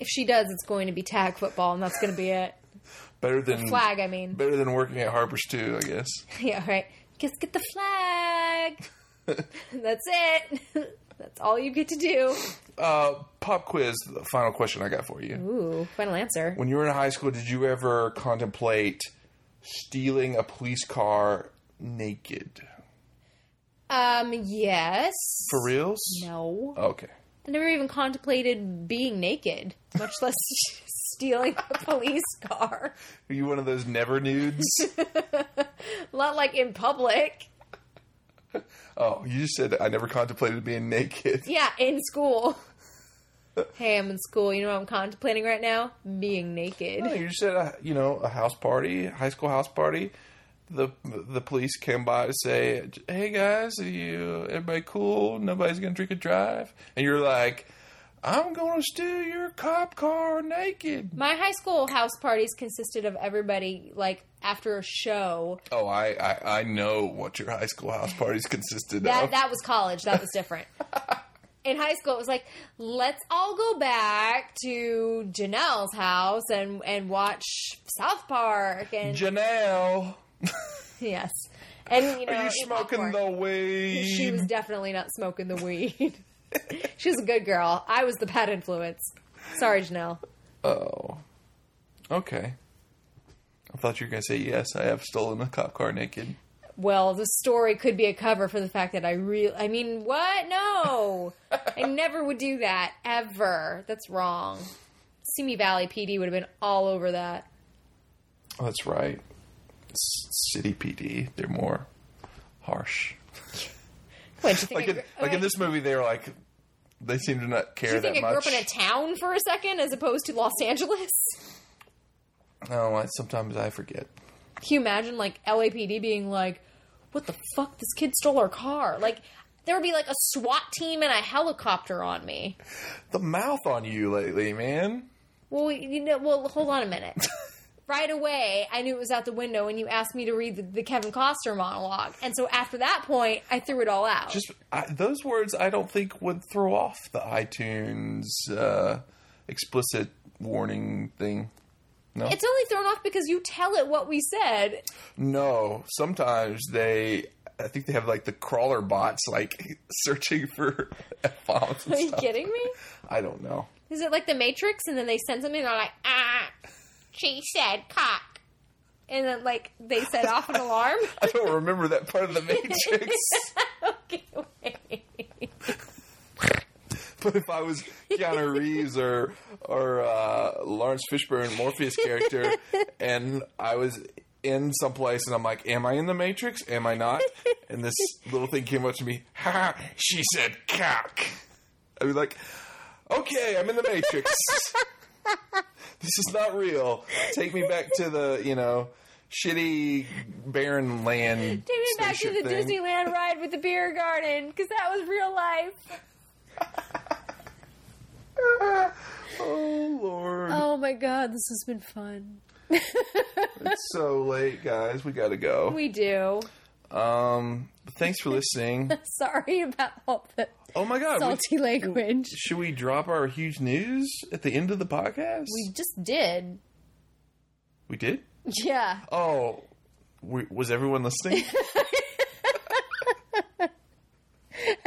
Speaker 3: If she does, it's going to be tag football, and that's going to be it.
Speaker 2: Better than
Speaker 3: Flag, I mean.
Speaker 2: better than working at Harper's too, I guess.
Speaker 3: Yeah, right. Just get the flag. that's it. that's all you get to do.
Speaker 2: Uh, pop quiz, the final question I got for you.
Speaker 3: Ooh, final answer.
Speaker 2: When you were in high school, did you ever contemplate stealing a police car naked?
Speaker 3: Um, yes.
Speaker 2: For reals?
Speaker 3: No.
Speaker 2: Okay.
Speaker 3: I never even contemplated being naked, much less stealing a police car.
Speaker 2: Are you one of those never nudes?
Speaker 3: Not like in public.
Speaker 2: oh, you just said that I never contemplated being naked.
Speaker 3: Yeah, in school. hey, I'm in school. You know what I'm contemplating right now? Being
Speaker 2: No,
Speaker 3: naked.
Speaker 2: you just said uh, you know a house party, high school house party. The the police came by to say, "Hey guys, are you everybody cool? Nobody's gonna drink and drive." And you're like, "I'm gonna steal your cop car naked."
Speaker 3: My high school house parties consisted of everybody like after a show.
Speaker 2: Oh, I, I, I know what your high school house parties consisted
Speaker 3: That
Speaker 2: of.
Speaker 3: that was college. That was different. In high school, it was like, let's all go back to Janelle's house and and watch South Park and
Speaker 2: Janelle,
Speaker 3: yes, and you know,
Speaker 2: are you
Speaker 3: eat
Speaker 2: smoking
Speaker 3: popcorn.
Speaker 2: the weed?
Speaker 3: She was definitely not smoking the weed. she was a good girl. I was the bad influence. Sorry, Janelle.
Speaker 2: Oh, okay. I thought you were gonna say yes. I have stolen a cop car naked.
Speaker 3: Well, the story could be a cover for the fact that I really. I mean, what? No! I never would do that, ever. That's wrong. Simi Valley PD would have been all over that.
Speaker 2: Oh, that's right. S- City PD. They're more harsh.
Speaker 3: What, do you think
Speaker 2: Like
Speaker 3: I,
Speaker 2: in,
Speaker 3: gr-
Speaker 2: like in
Speaker 3: okay.
Speaker 2: this movie, they're like they seem to not care
Speaker 3: Do you
Speaker 2: that
Speaker 3: think I grew
Speaker 2: much.
Speaker 3: up in a town for a second as opposed to Los Angeles?
Speaker 2: no, I, sometimes I forget.
Speaker 3: Can you imagine, like, LAPD being like, what the fuck? This kid stole our car. Like, there would be, like, a SWAT team and a helicopter on me.
Speaker 2: The mouth on you lately, man.
Speaker 3: Well, you know, well, hold on a minute. right away, I knew it was out the window when you asked me to read the, the Kevin Costner monologue, and so after that point, I threw it all out.
Speaker 2: Just I, those words, I don't think would throw off the iTunes uh, explicit warning thing. No,
Speaker 3: it's only thrown off because you tell it what we said.
Speaker 2: no. Sometimes they, I think they have like the crawler bots, like searching for f bombs.
Speaker 3: Are you kidding me?
Speaker 2: I don't know.
Speaker 3: Is it like the Matrix, and then they send something, and they're like, ah, she said cock, and then like they set off an alarm.
Speaker 2: I don't remember that part of the Matrix.
Speaker 3: okay, wait.
Speaker 2: but if I was Keanu Reeves or or uh, Lawrence Fishburne, Morpheus character, and I was in someplace and I'm like, "Am I in the Matrix? Am I not?" And this little thing came up to me. Ha! She said, "Cock." I'd be like, "Okay, I'm in the Matrix. this is not real. Take me back to the you know." Shitty barren land.
Speaker 3: Take me back to
Speaker 2: spaceship
Speaker 3: the
Speaker 2: thing.
Speaker 3: Disneyland ride with the beer garden, because that was real life.
Speaker 2: Oh Lord.
Speaker 3: my god, this has been fun.
Speaker 2: It's so late, guys. We gotta go.
Speaker 3: We do.
Speaker 2: Um, thanks for listening.
Speaker 3: Sorry about all the
Speaker 2: Oh my god, we-
Speaker 3: salty language.
Speaker 2: should we drop our huge news at the end of the podcast?
Speaker 3: We just did.
Speaker 2: we did.
Speaker 3: Yeah.
Speaker 2: Oh, we, was everyone listening?
Speaker 3: I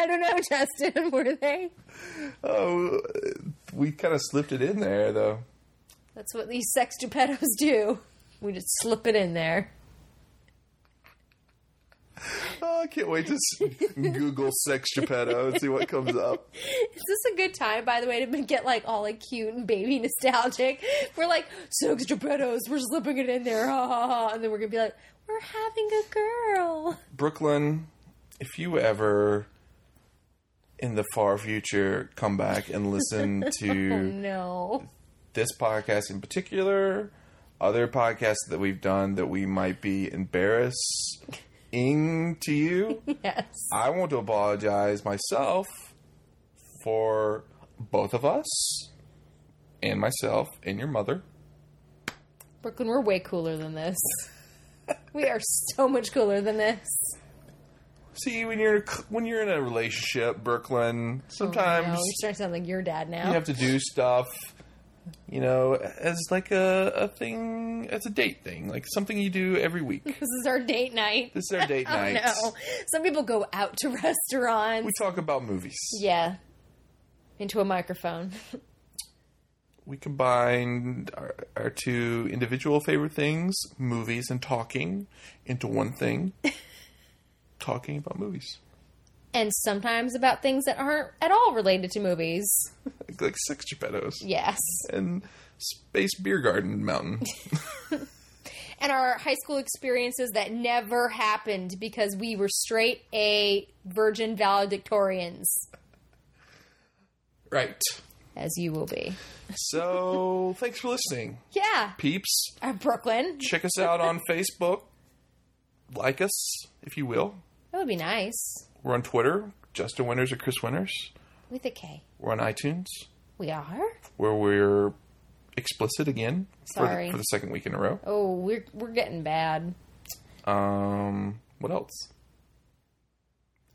Speaker 3: don't know, Justin. Were they?
Speaker 2: oh, we kind of slipped it in there though.
Speaker 3: That's what these sex Geppettos do. We just slip it in there.
Speaker 2: Oh, I can't wait to s- Google sex Geppetto and see what comes up.
Speaker 3: Is this a good time, by the way, to get like all like cute and baby nostalgic? We're like sex Geppettos. We're slipping it in there, ha ha ha, and then we're gonna be like, we're having a girl.
Speaker 2: Brooklyn, if you ever in the far future come back and listen to
Speaker 3: No.
Speaker 2: this podcast in particular, other podcasts that we've done that we might be embarrassing to you,
Speaker 3: Yes.
Speaker 2: I want to apologize myself for both of us and myself and your mother.
Speaker 3: Brooklyn, we're way cooler than this. we are so much cooler than this.
Speaker 2: See, when you're when you're in a relationship, Brooklyn, sometimes
Speaker 3: Oh, No, you're starting to sound like your dad now.
Speaker 2: you have to do stuff you know as like a, a thing as a date thing like something you do every week
Speaker 3: This is our date night.
Speaker 2: this is our date night
Speaker 3: Oh, No. Some people go out to restaurants.
Speaker 2: we talk about movies
Speaker 3: yeah. Into a microphone.
Speaker 2: we combine our, our two individual favorite things movies and talking into one thing talking about movies
Speaker 3: and sometimes about things that aren't at all related to movies.
Speaker 2: like, like sex geppettos
Speaker 3: Yes.
Speaker 2: and space beer garden mountain
Speaker 3: And our high school experiences that never happened because we were straight A virgin valedictorians,
Speaker 2: right
Speaker 3: as you will be.
Speaker 2: so thanks for listening
Speaker 3: Yeah.
Speaker 2: peeps
Speaker 3: Uh, Brooklyn.
Speaker 2: check us out on Facebook. Like us, if you will.
Speaker 3: That would be nice.
Speaker 2: We're on Twitter, Justin Winters or Chris Winters.
Speaker 3: With a K.
Speaker 2: We're on iTunes,
Speaker 3: We are?
Speaker 2: where we're explicit again for the,
Speaker 3: Sorry.
Speaker 2: for the second week in a row.
Speaker 3: Oh, we're we're getting bad.
Speaker 2: Um, what else?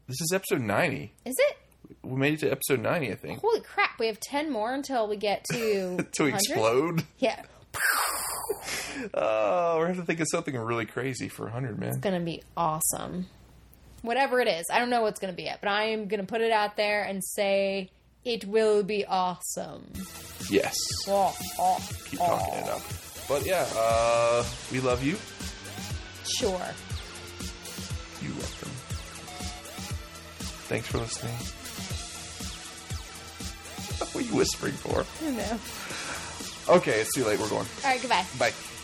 Speaker 2: This is episode 90.
Speaker 3: Is it?
Speaker 2: We made it to episode 90, I think.
Speaker 3: Holy crap, we have 10 more until we get to
Speaker 2: To
Speaker 3: 100?
Speaker 2: explode.
Speaker 3: Yeah.
Speaker 2: Oh, we're going to think of something really crazy for 100, man.
Speaker 3: It's going to be awesome. Whatever it is. I don't know what's going to be yet, but I am going to put it out there and say it will be awesome.
Speaker 2: Yes.
Speaker 3: Oh, oh,
Speaker 2: Keep
Speaker 3: oh.
Speaker 2: talking it up. But yeah, uh, we love you.
Speaker 3: Sure.
Speaker 2: You love them. Thanks for listening. what are you whispering for?
Speaker 3: I don't know. All
Speaker 2: Okay, it's too late. We're going.
Speaker 3: right, goodbye.
Speaker 2: Bye.